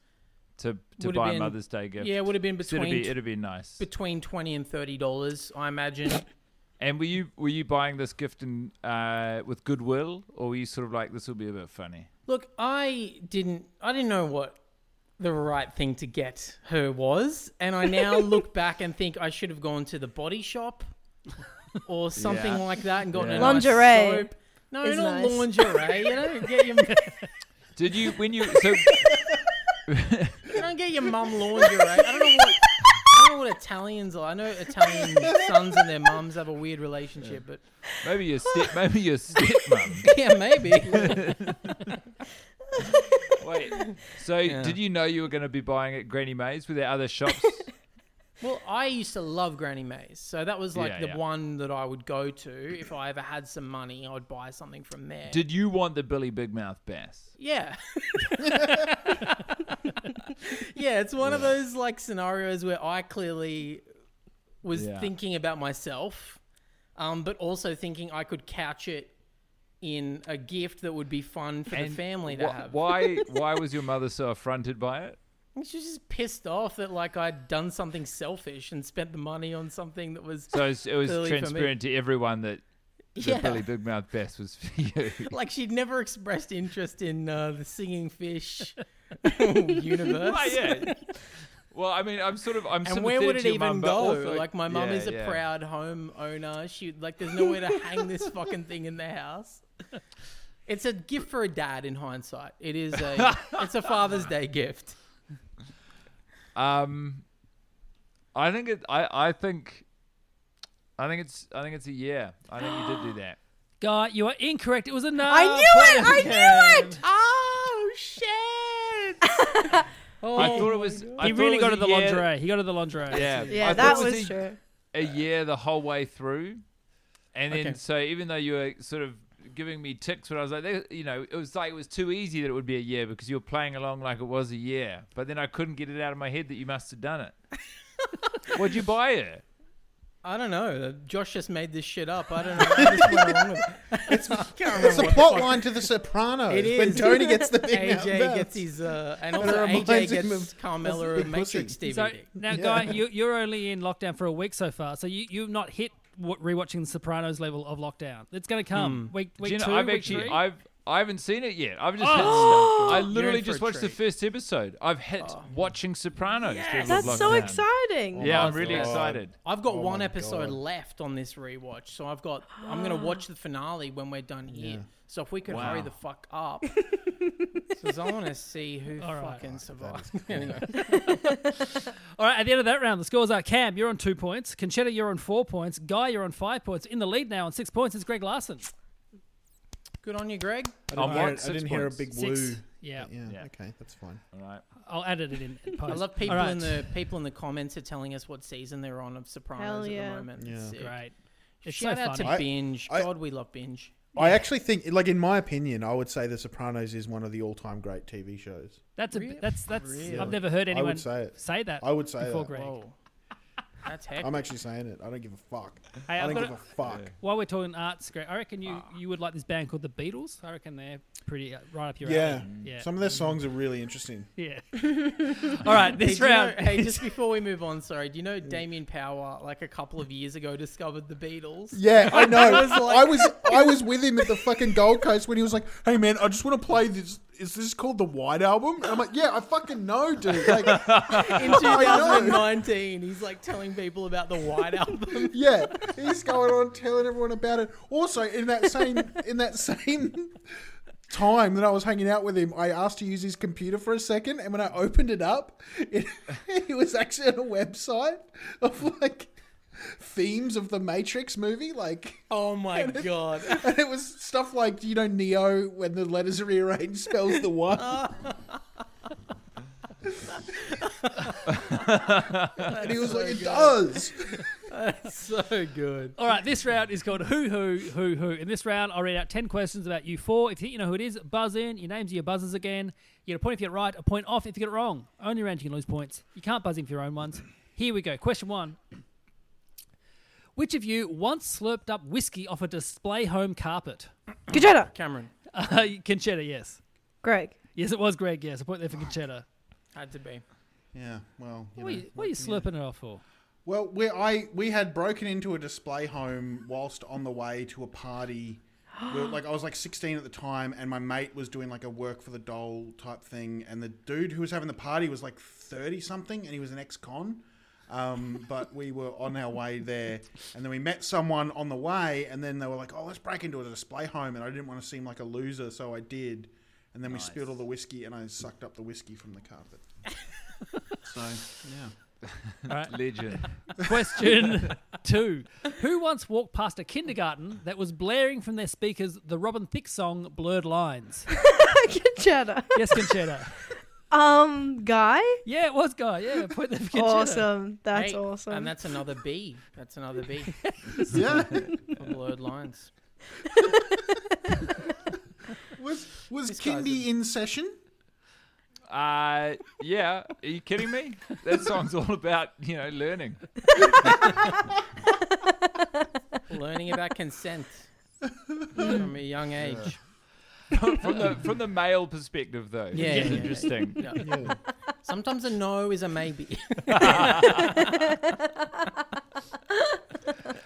Speaker 3: To to
Speaker 2: Would've
Speaker 3: buy a
Speaker 2: been-
Speaker 3: Mother's Day gift.
Speaker 2: Yeah, it would have been
Speaker 3: So it'd
Speaker 2: between
Speaker 3: be it'd be nice.
Speaker 2: between twenty and thirty dollars, I imagine.
Speaker 3: And were you were you buying this gift in uh, with goodwill, or were you sort of like this will be a bit funny?
Speaker 2: Look, I didn't I didn't know what the right thing to get her was, and I now look back and think I should have gone to the body shop or something
Speaker 3: Yeah.
Speaker 2: like that and gotten
Speaker 3: Yeah.
Speaker 2: a nice
Speaker 4: Lingerie
Speaker 2: soap. No,
Speaker 4: is
Speaker 2: not
Speaker 4: nice.
Speaker 2: lingerie. You don't get your you
Speaker 3: Did you when you so
Speaker 2: don't get your mum lingerie. I don't know what I don't know what Italians are. I know Italian sons and their mums have a weird relationship, but
Speaker 3: maybe your step maybe
Speaker 2: Oh
Speaker 3: your stepmom.
Speaker 2: yeah, maybe.
Speaker 3: Wait, so
Speaker 2: Yeah.
Speaker 3: did you know you were going to be buying at Granny Mae's with their other shops?
Speaker 2: Well, I used to love Granny Mays, so that was like
Speaker 3: Yeah,
Speaker 2: the
Speaker 3: yeah.
Speaker 2: one that I would go to if I ever had some money. I would buy something from there.
Speaker 3: did you want the Billy Big Mouth bass?
Speaker 2: Yeah. yeah, it's one of those like scenarios where I clearly was
Speaker 3: Yeah.
Speaker 2: thinking about myself, um, but also thinking I could couch it in a gift that would be fun for the family to
Speaker 3: wh-
Speaker 2: have.
Speaker 3: Why why was your mother so affronted by it?
Speaker 2: She was just pissed off that like I'd done something selfish and spent the money on something that was
Speaker 3: So it was, it was
Speaker 2: Billy for me.
Speaker 3: transparent to everyone that the
Speaker 2: Yeah.
Speaker 3: Billy Big Mouth bass was for you.
Speaker 2: like she'd never expressed interest in uh, the singing fish universe.
Speaker 3: Oh, yeah. Well, I mean, I'm sort of I'm.
Speaker 2: And where
Speaker 3: sympathetic
Speaker 2: would
Speaker 3: to
Speaker 2: it
Speaker 3: your
Speaker 2: even
Speaker 3: mum, but
Speaker 2: go?
Speaker 3: also-
Speaker 2: like my mum
Speaker 3: Yeah,
Speaker 2: is a
Speaker 3: yeah.
Speaker 2: proud homeowner. She like there's nowhere to hang this fucking thing in the house. It's a gift for a dad in hindsight. It is a it's a Father's Day gift.
Speaker 3: Um, I think it. I I think. I think it's. I think it's a yeah. I think you did do that.
Speaker 1: Guy, you are incorrect. It was a nah.
Speaker 4: I knew it! I knew it!
Speaker 2: Oh shit! oh,
Speaker 3: I thought it was. I
Speaker 1: He
Speaker 3: thought
Speaker 1: really
Speaker 3: it
Speaker 1: got
Speaker 3: was
Speaker 1: to
Speaker 3: a
Speaker 1: the
Speaker 3: yeah-
Speaker 1: lingerie. He got to the lingerie.
Speaker 3: Yeah, I
Speaker 4: Yeah,
Speaker 3: thought
Speaker 4: that
Speaker 3: it
Speaker 4: was
Speaker 3: a,
Speaker 4: true.
Speaker 3: A year the whole way through, and then
Speaker 2: Okay.
Speaker 3: so even though you were sort of giving me ticks when I was like, they- you know, it was like it was too easy that it would be a year because you were playing along like it was a year, but then I couldn't get it out of my head that you must have done it. What'd you buy her?
Speaker 2: I don't know. Josh just made this shit up. I don't know. I just went along with it.
Speaker 7: It's a plot line to The Sopranos.
Speaker 2: It
Speaker 7: When
Speaker 2: is.
Speaker 7: Tony gets the thing
Speaker 2: AJ
Speaker 7: out of
Speaker 2: gets
Speaker 7: bounds.
Speaker 2: his, uh, and
Speaker 7: It
Speaker 2: also AJ
Speaker 7: reminds him
Speaker 2: gets
Speaker 7: of-
Speaker 2: Carmella
Speaker 7: of
Speaker 2: and
Speaker 7: Big Pussy.
Speaker 2: Matrix DVD.
Speaker 1: So now, guy, you, you're only in lockdown for a week so far, so you you've not hit w- rewatching the Sopranos level of lockdown. It's going to come week
Speaker 3: Hmm. Do
Speaker 1: week
Speaker 3: you know,
Speaker 1: 2
Speaker 3: I've
Speaker 1: week
Speaker 3: actually,
Speaker 1: three.
Speaker 3: I've, I haven't seen it yet. I've just,
Speaker 1: Oh!
Speaker 3: hit, I
Speaker 2: You're
Speaker 3: literally
Speaker 2: in for
Speaker 3: just
Speaker 2: a
Speaker 3: watched the
Speaker 2: treat. Oh.
Speaker 3: first episode. I've hit watching Sopranos. level of
Speaker 4: That's so
Speaker 3: lockdown.
Speaker 4: exciting.
Speaker 3: Yeah,
Speaker 2: Oh
Speaker 3: I'm
Speaker 2: my
Speaker 3: really
Speaker 2: God.
Speaker 3: excited.
Speaker 2: I've got one episode left on this rewatch, so I've got. I'm gonna watch the finale when we're done here. So if we could hurry
Speaker 3: Wow.
Speaker 2: the fuck up, because I want to see who
Speaker 1: right.
Speaker 2: fucking survives. Anyway.
Speaker 1: All right, at the end of that round, the scores are Cam, you're on two points. Conchetta, you're on four points. Guy, you're on five points. In the lead now on six points is Greg Larson.
Speaker 2: Good on you, Greg.
Speaker 7: I
Speaker 3: I'm
Speaker 7: didn't, hear,
Speaker 3: like
Speaker 7: it- I
Speaker 3: six
Speaker 7: didn't hear a
Speaker 3: points.
Speaker 7: big woo.
Speaker 1: Six. Yeah.
Speaker 7: Yeah,
Speaker 3: Yeah.
Speaker 7: okay, that's fine.
Speaker 3: All right.
Speaker 1: I'll edit it in.
Speaker 2: I
Speaker 1: post.
Speaker 2: love people
Speaker 1: All right.
Speaker 2: in the people in the comments are telling us what season they're on of
Speaker 4: Hell
Speaker 2: Sopranos at
Speaker 4: yeah.
Speaker 2: the moment. It's
Speaker 7: Yeah.
Speaker 2: sick.
Speaker 1: Great. It's
Speaker 2: Shout
Speaker 1: so
Speaker 2: out
Speaker 1: funny.
Speaker 2: to binge.
Speaker 7: I-
Speaker 2: God, we love binge.
Speaker 7: I actually think, like in my opinion, I would say The Sopranos is one of the all-time great TV shows.
Speaker 1: that's a,
Speaker 2: Really?
Speaker 1: that's that's I've
Speaker 7: Really?
Speaker 1: never heard
Speaker 7: I would
Speaker 1: anyone
Speaker 7: say it.
Speaker 1: that.
Speaker 7: I would say
Speaker 1: before
Speaker 7: that.
Speaker 1: Greg.
Speaker 2: Whoa, that's heck.
Speaker 7: I'm actually saying it. I don't give a fuck.
Speaker 1: Hey,
Speaker 7: I
Speaker 1: I've
Speaker 7: don't
Speaker 1: got
Speaker 7: give
Speaker 1: a-
Speaker 7: a fuck.
Speaker 1: While we're talking arts, Greg, I reckon you
Speaker 2: Ah.
Speaker 1: you would like this band called the Beatles. I reckon they're pretty uh, right up your
Speaker 7: Yeah.
Speaker 1: alley.
Speaker 2: Mm.
Speaker 1: Yeah.
Speaker 7: Some of their songs are really interesting.
Speaker 1: yeah. All right,
Speaker 2: Hey,
Speaker 1: this
Speaker 2: do you know-
Speaker 1: round.
Speaker 2: hey, just before we move on, sorry. Do you know Damien Power, like a couple of years ago, discovered the Beatles?
Speaker 7: Yeah, I know.
Speaker 2: was like-
Speaker 7: I was I was with him at the fucking Gold Coast when he was like, "Hey man, I just want to play this. Is this called the White Album?" And I'm like, "Yeah, I fucking know, dude. Like,
Speaker 2: In 2019, he's like telling people about the White Album.
Speaker 7: yeah, he's going on telling everyone about it." Also, in that same in that same time that I was hanging out with him, I asked to use his computer for a second, and when I opened it up, it, it was actually on a website of like themes of the Matrix movie, like.
Speaker 2: Oh my god.
Speaker 7: And it was stuff like, you know, Neo, when the letters are rearranged, spells the one. and he was like, it does.
Speaker 2: so good.
Speaker 1: All right, this round is called Who Who Who Who. In this round, I'll read out 10 questions about you four. If you think you know who it is, buzz in. Your names are your buzzers again. You get a point if you get it right, a point off if you get it wrong. Only round you can lose points. You can't buzz in for your own ones. Here we go. Question one Which of you once slurped up whiskey off a display home carpet?
Speaker 4: Conchetta.
Speaker 2: Cameron
Speaker 1: Uh, Conchetta, yes.
Speaker 4: Greg.
Speaker 1: Yes, it was Greg. Yes, a point there for Conchetta.
Speaker 2: had to be.
Speaker 5: Yeah, well,
Speaker 1: What
Speaker 5: you
Speaker 1: are
Speaker 5: know.
Speaker 1: you, what are you slurping it off for?
Speaker 5: well, we I we had broken into a display home whilst on the way to a party. We were, like I was like 16 at the time, and my mate was doing like a work for the doll type thing, and the dude who was having the party was like 30 something, and he was an ex-con. Um, but we were on our way there, and then we met someone on the way, and then they were like, "Oh, let's break into a display home," and I didn't want to seem like a loser, so I did. And then we spilled all the whiskey, and I sucked up the whiskey from the carpet. so yeah.
Speaker 3: Legend.
Speaker 1: Question two. Who once walked past a kindergarten that was blaring from their speakers the Robin Thicke song Blurred Lines?
Speaker 4: Conchetta.
Speaker 1: Yes, Conchetta.
Speaker 4: Um, Guy.
Speaker 1: Yeah, it was Guy. Yeah, point there for Conchetta.
Speaker 4: Awesome. That's
Speaker 2: Hey,
Speaker 4: awesome.
Speaker 2: And that's another B. That's another B.
Speaker 7: Yeah.
Speaker 2: for blurred lines.
Speaker 7: Was was
Speaker 2: This guy's
Speaker 7: Kindy in session?
Speaker 3: Uh, yeah. Are you kidding me? That song's all about you know learning.
Speaker 2: Learning about consent from a young age.
Speaker 3: from the from the male perspective, though.
Speaker 2: Yeah,
Speaker 3: It's
Speaker 2: yeah, yeah.
Speaker 3: interesting.
Speaker 2: Yeah. Sometimes a no is a maybe.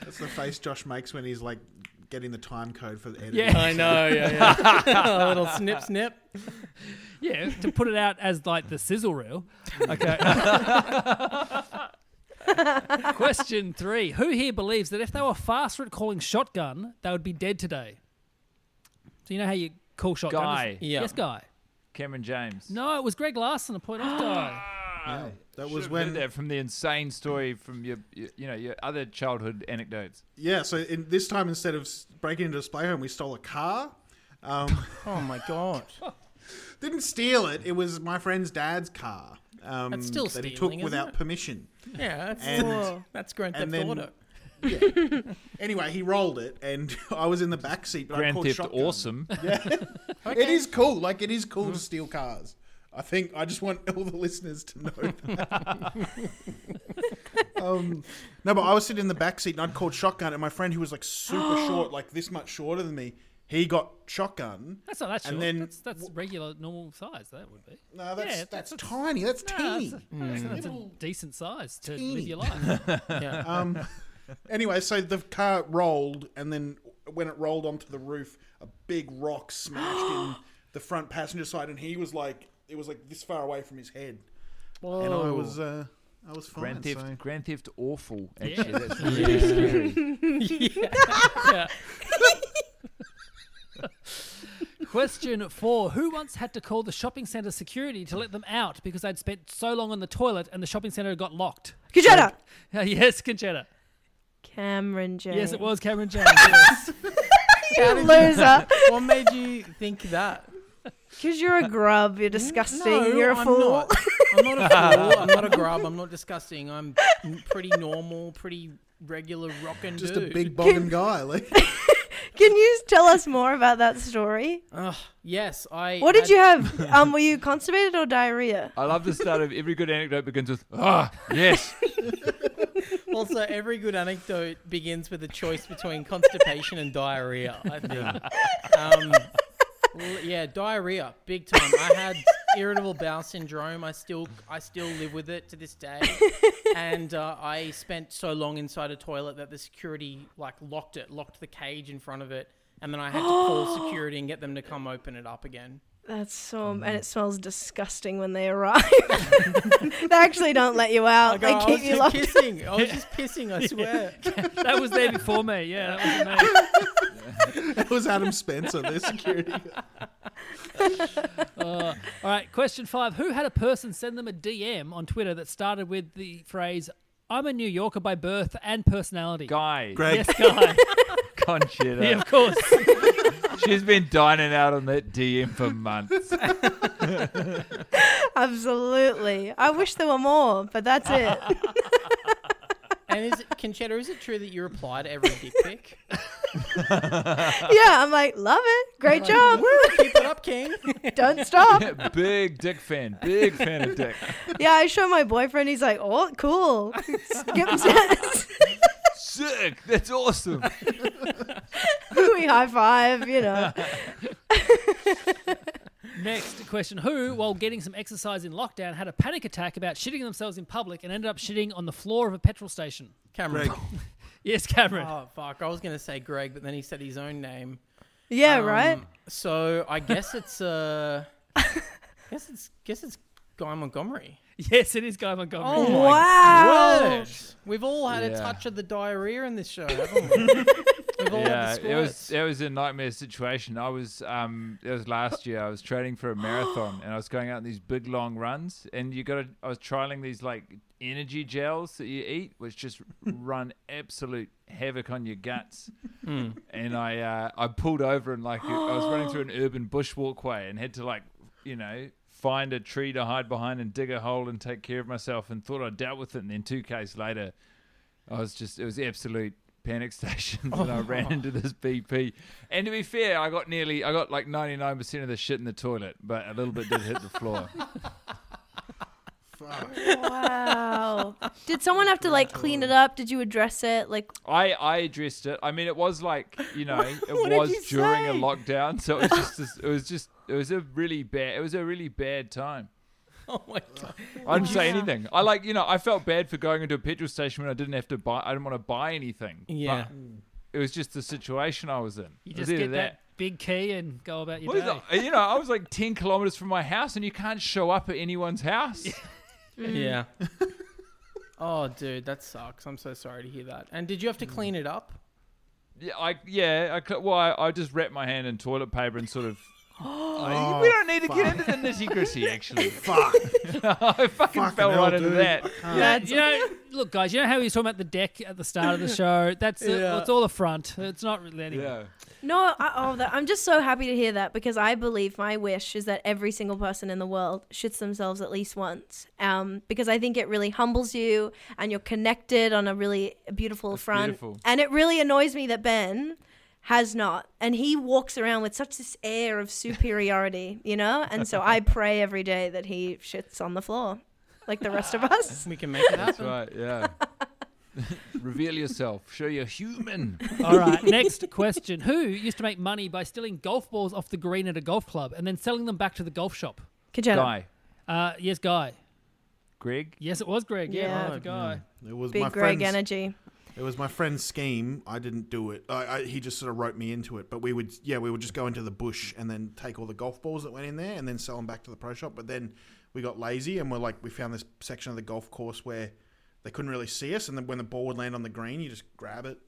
Speaker 5: That's the face Josh makes when he's like getting the time code for the editing.
Speaker 1: Yeah.
Speaker 2: I know, yeah, yeah. a little snip, snip.
Speaker 1: Yeah, to put it out as like the sizzle reel. Okay. Question three. Who here believes that if they were faster at calling shotgun, they would be dead today? So you know how you call shotgun?
Speaker 3: Guy.
Speaker 2: Yeah.
Speaker 1: Yes, Guy.
Speaker 3: Cameron James.
Speaker 1: No, it was Greg Larson, a point off Guy.
Speaker 3: Ah,
Speaker 5: That
Speaker 3: should
Speaker 5: was
Speaker 3: have
Speaker 5: when-
Speaker 3: heard that from the insane story from your, your you know your other childhood anecdotes.
Speaker 5: Yeah, so in, this time instead of s- breaking into a display home, we stole a car. Um,
Speaker 2: Oh my god.
Speaker 5: didn't steal it. It was my friend's dad's car. Um,
Speaker 2: That's still
Speaker 5: that he took
Speaker 2: stealing, isn't
Speaker 5: without
Speaker 2: it?
Speaker 5: permission.
Speaker 2: Yeah, that's,
Speaker 5: And-
Speaker 2: Whoa. that's Grand Theft
Speaker 5: and then-
Speaker 2: Auto.
Speaker 5: Anyway, he rolled it, and I was in the back seat. But I
Speaker 3: Grand
Speaker 5: called
Speaker 3: Theft
Speaker 5: shotgun.
Speaker 3: Awesome.
Speaker 7: It is cool. Like it is cool to steal cars.
Speaker 5: I think I just want all the listeners to know. That.
Speaker 7: Um,
Speaker 5: No, but I was sitting in the back seat and I'd called shotgun, and my friend who was like super short, like this much shorter than me, he got shotgun.
Speaker 1: That's not that short.
Speaker 5: And then
Speaker 1: that's, that's regular, normal size. That would be.
Speaker 5: no, that's,
Speaker 1: Yeah,
Speaker 5: that's tiny. That's
Speaker 1: No,
Speaker 5: teeny.
Speaker 1: that's, a, that's a- that's a decent size to
Speaker 5: Teeny.
Speaker 1: live your life.
Speaker 5: Um, anyway, so the car rolled, and then when it rolled onto the roof, a big rock smashed in the front passenger side, and he was like, it was like this far away from his head, and I was, uh, I was fine.
Speaker 3: Grand Theft,
Speaker 5: so-
Speaker 3: Grand Theft Awful.
Speaker 1: Yeah.
Speaker 3: Actually, that's really scary.
Speaker 1: Question four: Who once had to call the shopping centre security to let them out because they'd spent so long on the toilet and the shopping centre got locked?
Speaker 4: Conchetta.
Speaker 1: Uh, yes, Conchetta.
Speaker 4: Cameron James.
Speaker 1: Yes, it was Cameron James. yes.
Speaker 4: You loser.
Speaker 2: What made you think that?
Speaker 4: Because you're a grub. You're disgusting. you're a
Speaker 2: Mm, I'm
Speaker 4: fool.
Speaker 2: Not. I'm not a fool. I'm not a grub. I'm not disgusting. I'm n- pretty normal, pretty regular rockin'
Speaker 7: Just
Speaker 2: dude.
Speaker 7: a big boggin guy. Like,
Speaker 4: Can you tell us more about that story?
Speaker 2: Ugh, yes, I.
Speaker 4: What did
Speaker 2: had-
Speaker 4: you have? Um, were you constipated or diarrhea?
Speaker 3: I love the start of every good anecdote begins with ah yes.
Speaker 2: Also, every good anecdote begins with a choice between constipation and diarrhea. I think. Um, l- yeah, diarrhea, big time. I had irritable bowel syndrome. I still, I still live with it to this day. And uh, I spent so long inside a toilet that the security like locked it, locked the cage in front of it, and then I had to call security and get them to come open it up again.
Speaker 4: That's so,
Speaker 2: Um,
Speaker 4: and it smells disgusting when they arrive. they actually don't let you out.
Speaker 2: Like, I
Speaker 4: they
Speaker 2: "Oh, was
Speaker 4: keep Oh,
Speaker 2: just
Speaker 4: you locked.
Speaker 2: kissing. I was just pissing. I swear.
Speaker 1: that was there before me. Yeah, that wasn't me.
Speaker 5: it was Adam Spencer, their security. guy.
Speaker 1: Uh, all right, question five. Who had a person send them a DM on Twitter that started with the phrase, I'm a New Yorker by birth and personality?
Speaker 3: Guy
Speaker 5: Greg,
Speaker 1: Yes, guy.
Speaker 3: Conchetta.
Speaker 1: yeah, of course.
Speaker 3: She's been dining out on that DM for months.
Speaker 4: Absolutely. I wish there were more, but that's it.
Speaker 2: And is it, Conchetta, is it true that you reply to every dick pic?
Speaker 4: yeah, I'm like, love it. Great job.
Speaker 2: Keep it up, King.
Speaker 4: don't stop.
Speaker 3: Big dick fan. Big fan of dick.
Speaker 4: Yeah, I show my boyfriend. He's like, oh, cool. Skip test.
Speaker 3: Sick. That's awesome.
Speaker 4: we high five, you know.
Speaker 1: Next question. Who, while getting some exercise in lockdown, had a panic attack about shitting themselves in public and ended up shitting on the floor of a petrol station?
Speaker 2: Cameron.
Speaker 1: Yes, Cameron.
Speaker 2: Oh fuck! I was gonna say Greg, but then he said his own name.
Speaker 4: Yeah,
Speaker 2: Um,
Speaker 4: right?
Speaker 2: So I guess it's uh, guess it's guess it's Guy Montgomery.
Speaker 1: Yes, it is Guy Montgomery.
Speaker 2: Oh my
Speaker 4: Wow.
Speaker 2: word. We've all had a
Speaker 3: Yeah.
Speaker 2: touch of the diarrhea in this show, haven't we? We've all
Speaker 3: Yeah,
Speaker 2: had the
Speaker 3: it was
Speaker 2: squirts.
Speaker 3: it was a nightmare situation. I was um it was last year. I was training for a marathon and I was going out on these big long runs and you got to I was trialing these like energy gels that you eat which just run absolute havoc on your guts.
Speaker 2: Hmm.
Speaker 3: And I uh, I pulled over and like I was running through an urban bush walkway and had to like you know find a tree to hide behind and dig a hole and take care of myself and thought I dealt with it and then 2 k's later I was just, it was absolute panic station that I ran into this BP. And to be fair, I got nearly, I got like 99% of the shit in the toilet, but a little bit did hit the floor.
Speaker 4: Wow. Did someone have to like clean it up? Did you address it? Like,
Speaker 3: I, I addressed it. I mean, it was like, you know, it
Speaker 2: What did
Speaker 3: was
Speaker 2: you
Speaker 3: during a
Speaker 2: say?
Speaker 3: lockdown. So it was just, this, it was just, it was a really bad, it was a really bad time.
Speaker 2: Oh my god!
Speaker 3: I didn't say anything. I like, you know, I felt bad for going into a petrol station when I didn't have to buy, I didn't want to buy anything.
Speaker 2: Yeah.
Speaker 3: But it was just the situation I was in.
Speaker 1: You
Speaker 3: It was
Speaker 1: just
Speaker 3: either
Speaker 1: get that big key and go about your
Speaker 3: What is
Speaker 1: day.
Speaker 3: that? You know, I was like 10 kilometers from my house, and you can't show up at anyone's house.
Speaker 2: Yeah. oh, dude, that sucks. I'm so sorry to hear that. And did you have to clean it up?
Speaker 3: Yeah, I, yeah I, cou- well, I, I just wrapped my hand in toilet paper and sort of. I- we don't need to get into the nitty gritty, actually.
Speaker 5: fuck.
Speaker 3: I fucking
Speaker 5: Fucking
Speaker 3: fell
Speaker 5: hell,
Speaker 3: right into
Speaker 5: dude.
Speaker 3: that.
Speaker 1: That's, you know, look, guys, you know how he was talking about the deck at the start of the show? That's it.
Speaker 2: Yeah.
Speaker 1: It's all a front. It's not really anyway.
Speaker 3: Yeah.
Speaker 4: no, I, oh, that, I'm just so happy to hear that because I believe my wish is that every single person in the world shits themselves at least once. Um, because I think it really humbles you and you're connected on a really beautiful front.
Speaker 3: beautiful.
Speaker 4: And it really annoys me that Ben has not. And he walks around with such this air of superiority, you know? And so I pray every day that he shits on the floor like the rest of us.
Speaker 2: We can make it happen.
Speaker 3: That's right, yeah. Reveal yourself. Show you're human.
Speaker 1: All right, next question. Who used to make money by stealing golf balls off the green at a golf club and then selling them back to the golf shop?
Speaker 4: Kajana.
Speaker 3: Guy,
Speaker 1: Uh, yes, Guy.
Speaker 3: Greg.
Speaker 1: Yes, it was Greg. Yeah,
Speaker 4: Yeah.
Speaker 1: it was Guy.
Speaker 5: It was my
Speaker 4: Big Greg
Speaker 5: friend's,
Speaker 4: energy.
Speaker 5: It was my friend's scheme. I didn't do it. I, I, he just sort of roped me into it. But we would, yeah, we would just go into the bush and then take all the golf balls that went in there and then sell them back to the pro shop. But then we got lazy and we're like, we found this section of the golf course where they couldn't really see us. And then when the ball would land on the green, you just grab it.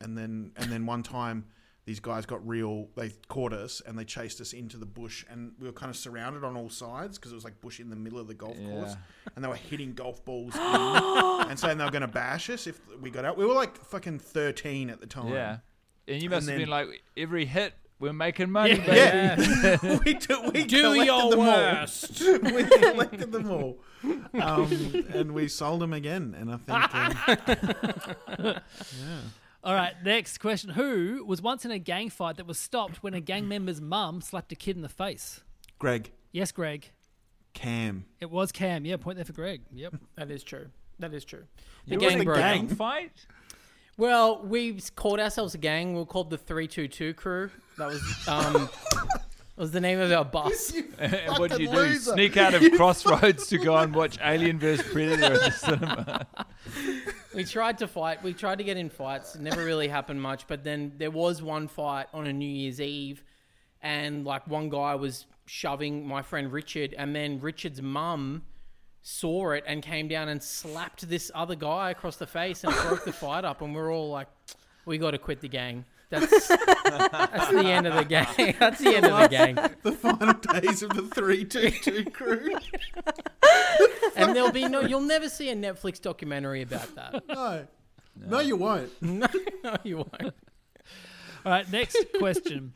Speaker 5: And then, and then one time, these guys got real. They caught us and they chased us into the bush. And we were kind of surrounded on all sides because it was like bush in the middle of the golf course. And they were hitting golf balls. in and saying they were going to bash us if we got out. We were like fucking 13 at the time.
Speaker 3: Yeah. And you must
Speaker 5: And
Speaker 3: have been
Speaker 5: then-
Speaker 3: like, every hit, we're making money, baby.
Speaker 5: Yeah. we do, we
Speaker 2: Do
Speaker 5: collected
Speaker 2: your
Speaker 5: them all.
Speaker 2: worst.
Speaker 5: we collected them all. Um, and we sold them again. And I think. Um,
Speaker 1: All right, next question. Who was once in a gang fight that was stopped when a gang member's mum slapped a kid in the face?
Speaker 5: Greg,
Speaker 1: Yes, Greg.
Speaker 5: Cam.
Speaker 1: It was Cam. Yeah, point there for Greg. Yep.
Speaker 2: That is true. That is true. The
Speaker 3: You were in
Speaker 2: gang
Speaker 3: a
Speaker 2: broke up.
Speaker 3: gang fight?
Speaker 2: Well, we called ourselves a gang. We were called the Three Two Two Crew. That was um, was the name of our bus.
Speaker 3: And what did you do?
Speaker 7: Fucking loser.
Speaker 3: Sneak out of Crossroads to go and watch Alien vs. Predator at the cinema.
Speaker 2: We tried to fight. We tried to get in fights. It never really happened much. But then there was one fight on a New Year's Eve, and like one guy was shoving my friend Richard, and then Richard's mum saw it and came down and slapped this other guy across the face and it broke the fight up. And we are all like, "We got to quit the gang." That's that's the end of the gang. That's the end of the gang.
Speaker 5: The final days of the 322 crew.
Speaker 2: And there'll be no. You'll never see a Netflix documentary about that.
Speaker 5: No. No, you won't.
Speaker 2: No, no, you won't.
Speaker 1: All right, next question.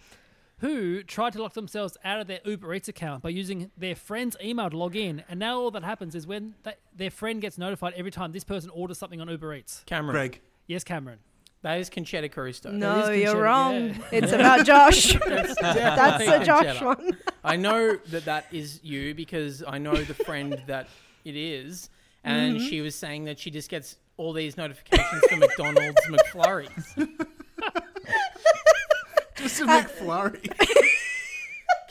Speaker 1: Who tried to lock themselves out of their Uber Eats account by using their friend's email to log in? And now all that happens is when th- their friend gets notified every time this person orders something on Uber Eats.
Speaker 2: Cameron.
Speaker 5: Greg.
Speaker 1: Yes, Cameron.
Speaker 2: That is Conchetta Caristo.
Speaker 4: No,
Speaker 1: is
Speaker 4: you're
Speaker 1: Conchetta,
Speaker 4: wrong.
Speaker 1: yeah.
Speaker 4: It's about Josh. That's
Speaker 2: Definitely
Speaker 4: the Josh
Speaker 2: Conchetta.
Speaker 4: one.
Speaker 2: I know that that is you because I know the friend that it is, and
Speaker 4: Mm-hmm.
Speaker 2: she was saying that she just gets all these notifications for McDonald's McFlurries.
Speaker 5: Just a McFlurry.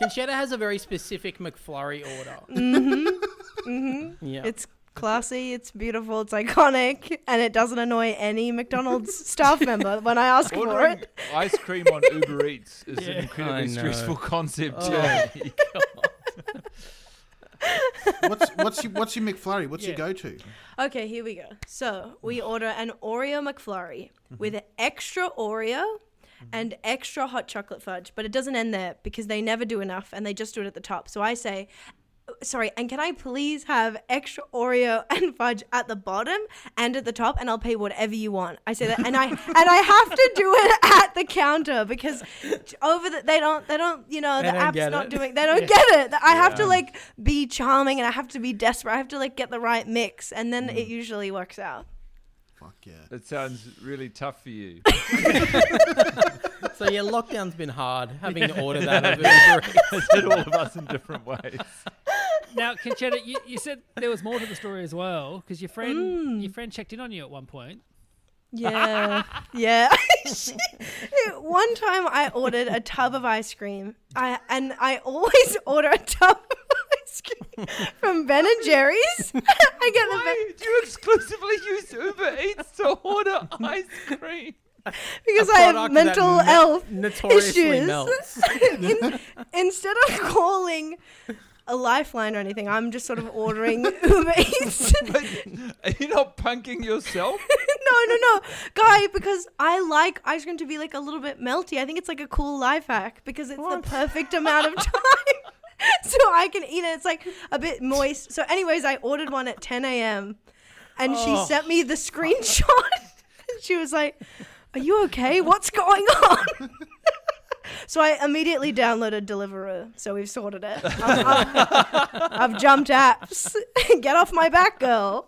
Speaker 2: Conchetta has a very specific McFlurry order. Mm-hmm. Yeah.
Speaker 4: Mm-hmm. It's classy, it's beautiful, it's iconic, and it doesn't annoy any McDonald's staff member when I ask for
Speaker 3: Ordering
Speaker 4: it.
Speaker 3: ice cream on Uber Eats is an
Speaker 2: I
Speaker 3: incredibly
Speaker 2: know.
Speaker 3: stressful concept.
Speaker 2: Oh.
Speaker 3: too.
Speaker 5: What's, what's, your, what's your McFlurry? What's your
Speaker 1: Yeah.
Speaker 5: go to?
Speaker 4: Okay, here we go. So we order an Oreo McFlurry with an extra Oreo
Speaker 2: Mm-hmm.
Speaker 4: and extra hot chocolate fudge, but it doesn't end there because they never do enough and they just do it at the top. So I say, sorry, and can I please have extra Oreo and fudge at the bottom and at the top and I'll pay whatever you want. I say that and I and I have to do it at the counter because over the they don't they don't you know
Speaker 2: They
Speaker 4: the
Speaker 2: don't
Speaker 4: app's
Speaker 2: get
Speaker 4: not
Speaker 2: it.
Speaker 4: doing they don't get it. I have to like be charming and I have to be desperate. I have to like get the right mix and then
Speaker 2: Mm.
Speaker 4: it usually works out.
Speaker 5: Fuck yeah.
Speaker 3: That sounds really tough for you.
Speaker 2: so yeah, lockdown's been hard having to order that. Over Uber Eats.
Speaker 3: It did all of us in different ways.
Speaker 1: Now, Conchetta, you, you said there was more to the story as well because your friend your friend checked in on you at one point.
Speaker 4: Yeah. yeah. One time I ordered a tub of ice cream. I and I always order a tub of ice cream from Ben and Jerry's. I get the Ben,
Speaker 3: do you exclusively use Uber Eats to order ice cream?
Speaker 4: because
Speaker 2: A
Speaker 4: I have
Speaker 2: product that
Speaker 4: mental
Speaker 2: no-
Speaker 4: health
Speaker 2: Notoriously
Speaker 4: issues.
Speaker 2: melts.
Speaker 4: In- instead of calling a lifeline or anything, I'm just sort of ordering Uber Eats.
Speaker 3: But are you not punking yourself?
Speaker 4: no, no, no, guy, because I like ice cream to be like a little bit melty. I think it's like a cool life hack because it's the perfect amount of time. so I can eat it. It's like a bit moist. So, anyways, I ordered one at 10 a.m. and
Speaker 3: Oh.
Speaker 4: she sent me the screenshot. and she was like, Are you okay? What's going on? So I immediately downloaded Deliveroo. So we've sorted it. I've, I've- I've jumped apps. Get off my back, girl.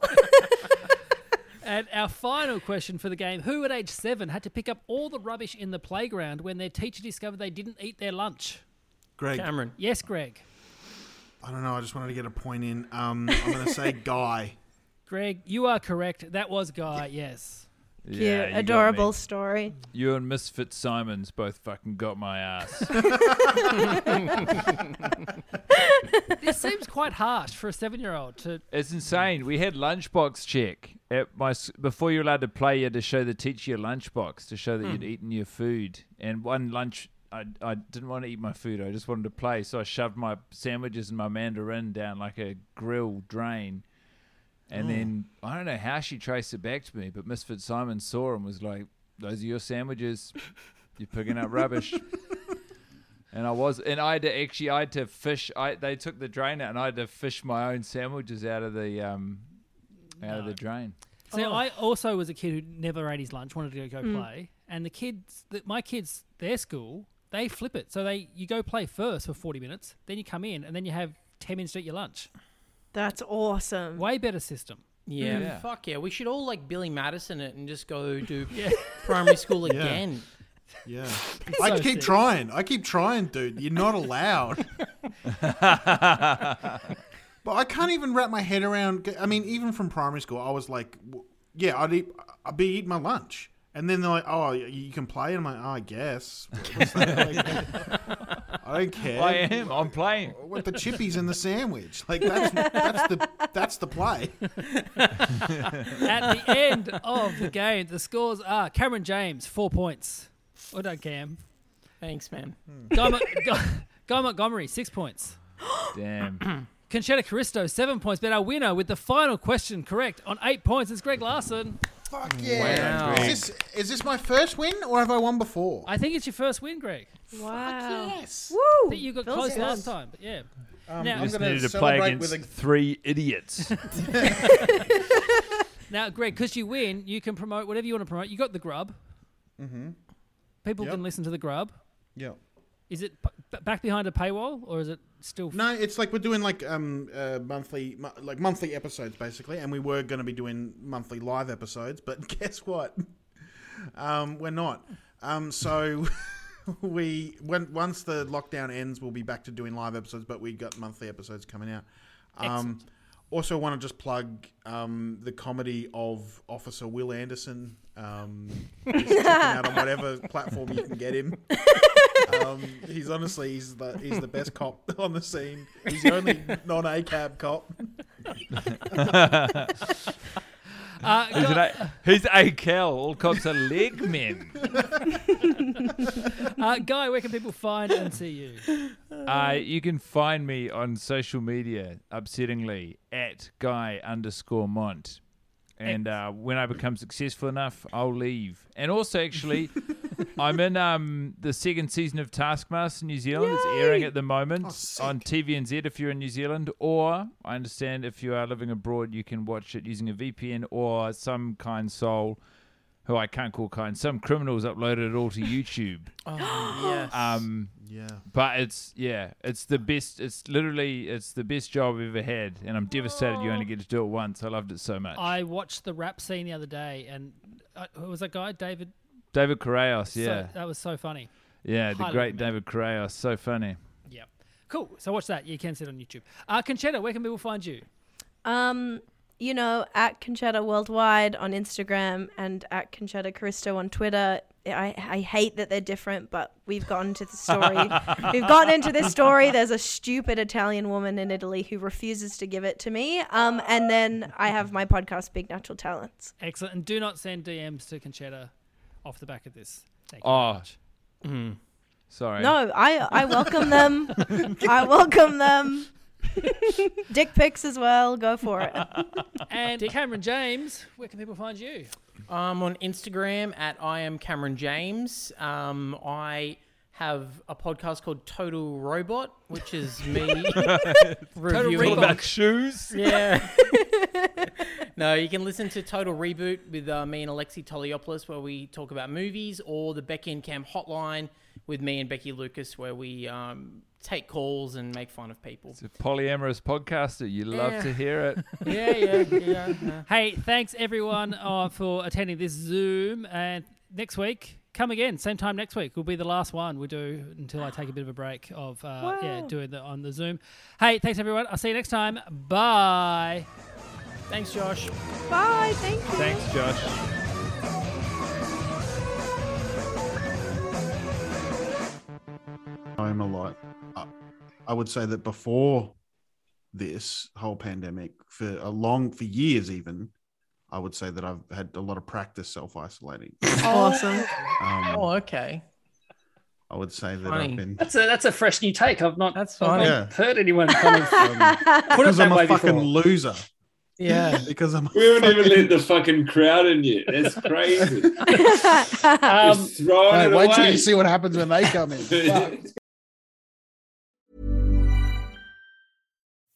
Speaker 1: And our final question for the game Who at age seven had to pick up all the rubbish in the playground when their teacher discovered they didn't eat their lunch?
Speaker 5: Greg.
Speaker 2: Cameron.
Speaker 1: Yes, Greg.
Speaker 5: I don't know. I just wanted to get a point in. Um, I'm going to say Guy.
Speaker 1: Greg, you are correct. That was Guy, yes.
Speaker 4: Cute,
Speaker 3: Yeah, you got me.
Speaker 4: adorable story.
Speaker 3: You and Miss Fitzsimons both fucking got my ass.
Speaker 1: This seems quite harsh for a seven-year-old to.
Speaker 3: It's insane. We had lunchbox check at my s- before you're allowed to play. You had to show the teacher your lunchbox to show that you'd eaten your food. And one lunch, I, I didn't want to eat my food. I just wanted to play, so I shoved my sandwiches and my mandarin down like a grill drain. And then I don't know how she traced it back to me, but Miss Fitzsimon saw and was like, "Those are your sandwiches. You're picking up rubbish." And I was, and I had to actually, I had to fish. I they took the drain out, and I had to fish my own sandwiches out of the um, out of the drain.
Speaker 1: See, I also was a kid who never ate his lunch, wanted to go, go play, and the kids, that my kids, their school, they flip it. So they, you go play first for forty minutes, then you come in, and then you have ten minutes to eat your lunch.
Speaker 4: That's awesome.
Speaker 1: Way better system.
Speaker 2: Yeah,
Speaker 3: Yeah.
Speaker 2: fuck yeah. We should all like Billy Madison it and just go do primary school again.
Speaker 5: Yeah. I
Speaker 1: so
Speaker 5: keep
Speaker 1: sick.
Speaker 5: trying. I keep trying, dude. You're not allowed. but I can't even wrap my head around. I mean, even from primary school, I was like, w- yeah, I'd, eat, I'd be eating my lunch. And then they're like, oh, y- you can play? And I'm like, oh, I guess. What's that? Like, I don't care.
Speaker 3: I am. I'm playing.
Speaker 5: I want the chippies and the sandwich. Like, that's, that's, the, that's the play.
Speaker 1: At the end of the game, the scores are Cameron James four points. Well done, Cam.
Speaker 2: Thanks, man.
Speaker 1: Guy, Mo- Guy, Guy Montgomery six points.
Speaker 3: Damn.
Speaker 1: Conchetta Caristo seven points. But our winner with the final question correct on eight points is Greg Larson.
Speaker 7: Fuck yeah.
Speaker 2: Wow.
Speaker 7: Is, this, is this my first win or have I won before?
Speaker 1: I think it's your first win, Greg.
Speaker 4: wow.
Speaker 7: yes.
Speaker 4: Woo!
Speaker 1: I think you got
Speaker 4: Feels
Speaker 1: close
Speaker 4: good.
Speaker 1: last time, but yeah.
Speaker 7: I'm
Speaker 5: Um,
Speaker 1: now,
Speaker 3: Just
Speaker 7: gonna
Speaker 3: needed to play
Speaker 7: celebrate
Speaker 3: against
Speaker 7: with
Speaker 3: three idiots.
Speaker 1: now, Greg, because you win, you can promote whatever you want to promote. You got the grub. Mm-hmm. People
Speaker 5: Yep.
Speaker 1: can listen to the grub.
Speaker 5: Yeah.
Speaker 1: Is it p- b- back behind a paywall, or is it still?
Speaker 5: No, it's like we're doing like um uh, monthly mo- like monthly episodes basically, and we were going to be doing monthly live episodes, but guess what? Um, we're not. Um, so we when once the lockdown ends, we'll be back to doing live episodes, but we got monthly episodes coming out. Um, also, want to just plug um, the comedy of Officer Will Anderson. Um, just check him out on whatever platform you can get him. Um, he's honestly he's the he's the best cop on the scene. He's the only non ACAB cop.
Speaker 1: Uh,
Speaker 3: He's,
Speaker 1: go-
Speaker 3: an a, he's a cow. All cops are leg men.
Speaker 1: uh, Guy, where can people find and see you?
Speaker 3: Uh, you can find me on social media, upsettingly, at guy underscore mont. And uh, when I become successful enough, I'll leave. And also, actually, I'm in um, the second season of Taskmaster New Zealand. It's airing at the moment
Speaker 2: Oh,
Speaker 3: on TVNZ if you're in New Zealand. Or I understand if you are living abroad, you can watch it using a VPN or some kind soul, who I can't call kind, some criminals uploaded it all to YouTube.
Speaker 2: Oh, yes.
Speaker 3: Um,
Speaker 5: Yeah.
Speaker 3: but it's yeah, it's the best. It's literally it's the best job I've ever had, and I'm devastated you only get to do it once. I loved it so much.
Speaker 1: I watched the rap scene the other day, and uh, who was that guy, David?
Speaker 3: David Correos,
Speaker 1: So-
Speaker 3: yeah,
Speaker 1: that was so funny.
Speaker 3: yeah, the
Speaker 1: highly
Speaker 3: great
Speaker 1: recommend.
Speaker 3: David Correos, so funny.
Speaker 1: Yeah. Cool. So watch that. You can see it on YouTube. Uh, Conchetta, where can people find you?
Speaker 4: Um, you know, at Conchetta Worldwide on Instagram and at Conchetta Caristo on Twitter. I, I hate that they're different, but we've gotten to the story. we've gotten into this story. There's a stupid Italian woman in Italy who refuses to give it to me. Um, and then I have my podcast, Big Natural Talents.
Speaker 1: Excellent. And do not send DMs to Conchetta off the back of this. Thank you.
Speaker 3: Oh, sorry.
Speaker 4: No, I I welcome them. I welcome them. Dick pics as well. Go for it.
Speaker 1: And Cameron James, where can people find you?
Speaker 2: I'm on Instagram at I am Cameron James. Um, I have a podcast called Total Robot, which is me
Speaker 3: All
Speaker 2: reviewing.
Speaker 3: about shoes.
Speaker 2: Yeah. no, you can listen to Total Reboot with uh, me and Alexi Toliopoulos, where we talk about movies, or the Becky and Cam Hotline with me and Becky Lucas, where we um, take calls and make fun of people.
Speaker 3: It's a polyamorous podcaster. You love
Speaker 2: Yeah.
Speaker 3: to hear it.
Speaker 2: yeah, yeah, yeah. yeah.
Speaker 1: Hey, thanks everyone uh, for attending this Zoom. And next week, come again. Same time next week will be the last one we do until I take a bit of a break of uh, yeah
Speaker 4: Wow.
Speaker 1: doing the on the Zoom. Hey, thanks everyone. I'll see you next time. Bye.
Speaker 2: Thanks, Josh.
Speaker 4: Bye. Thank you.
Speaker 3: Thanks, Josh.
Speaker 8: I would say that before this whole pandemic, for a long, for years even, I would say that I've had a lot of practice self isolating.
Speaker 9: Awesome.
Speaker 8: Um,
Speaker 2: Oh, okay.
Speaker 8: I would say that
Speaker 2: Funny.
Speaker 8: I've been
Speaker 1: That's a that's a fresh new take. I've not
Speaker 2: That's
Speaker 1: I've
Speaker 2: fine.
Speaker 1: not
Speaker 8: Yeah.
Speaker 1: heard anyone kind of put it
Speaker 8: because
Speaker 1: that
Speaker 8: I'm
Speaker 1: way
Speaker 8: a fucking
Speaker 1: before.
Speaker 8: loser.
Speaker 2: Yeah.
Speaker 8: Because I'm a
Speaker 3: We haven't even
Speaker 8: fucking-
Speaker 3: let the fucking crowd in yet. That's crazy. Just
Speaker 1: Um,
Speaker 3: throwing
Speaker 5: Hey,
Speaker 3: it
Speaker 5: wait till
Speaker 3: away.
Speaker 5: you see what happens when they come in. Fuck.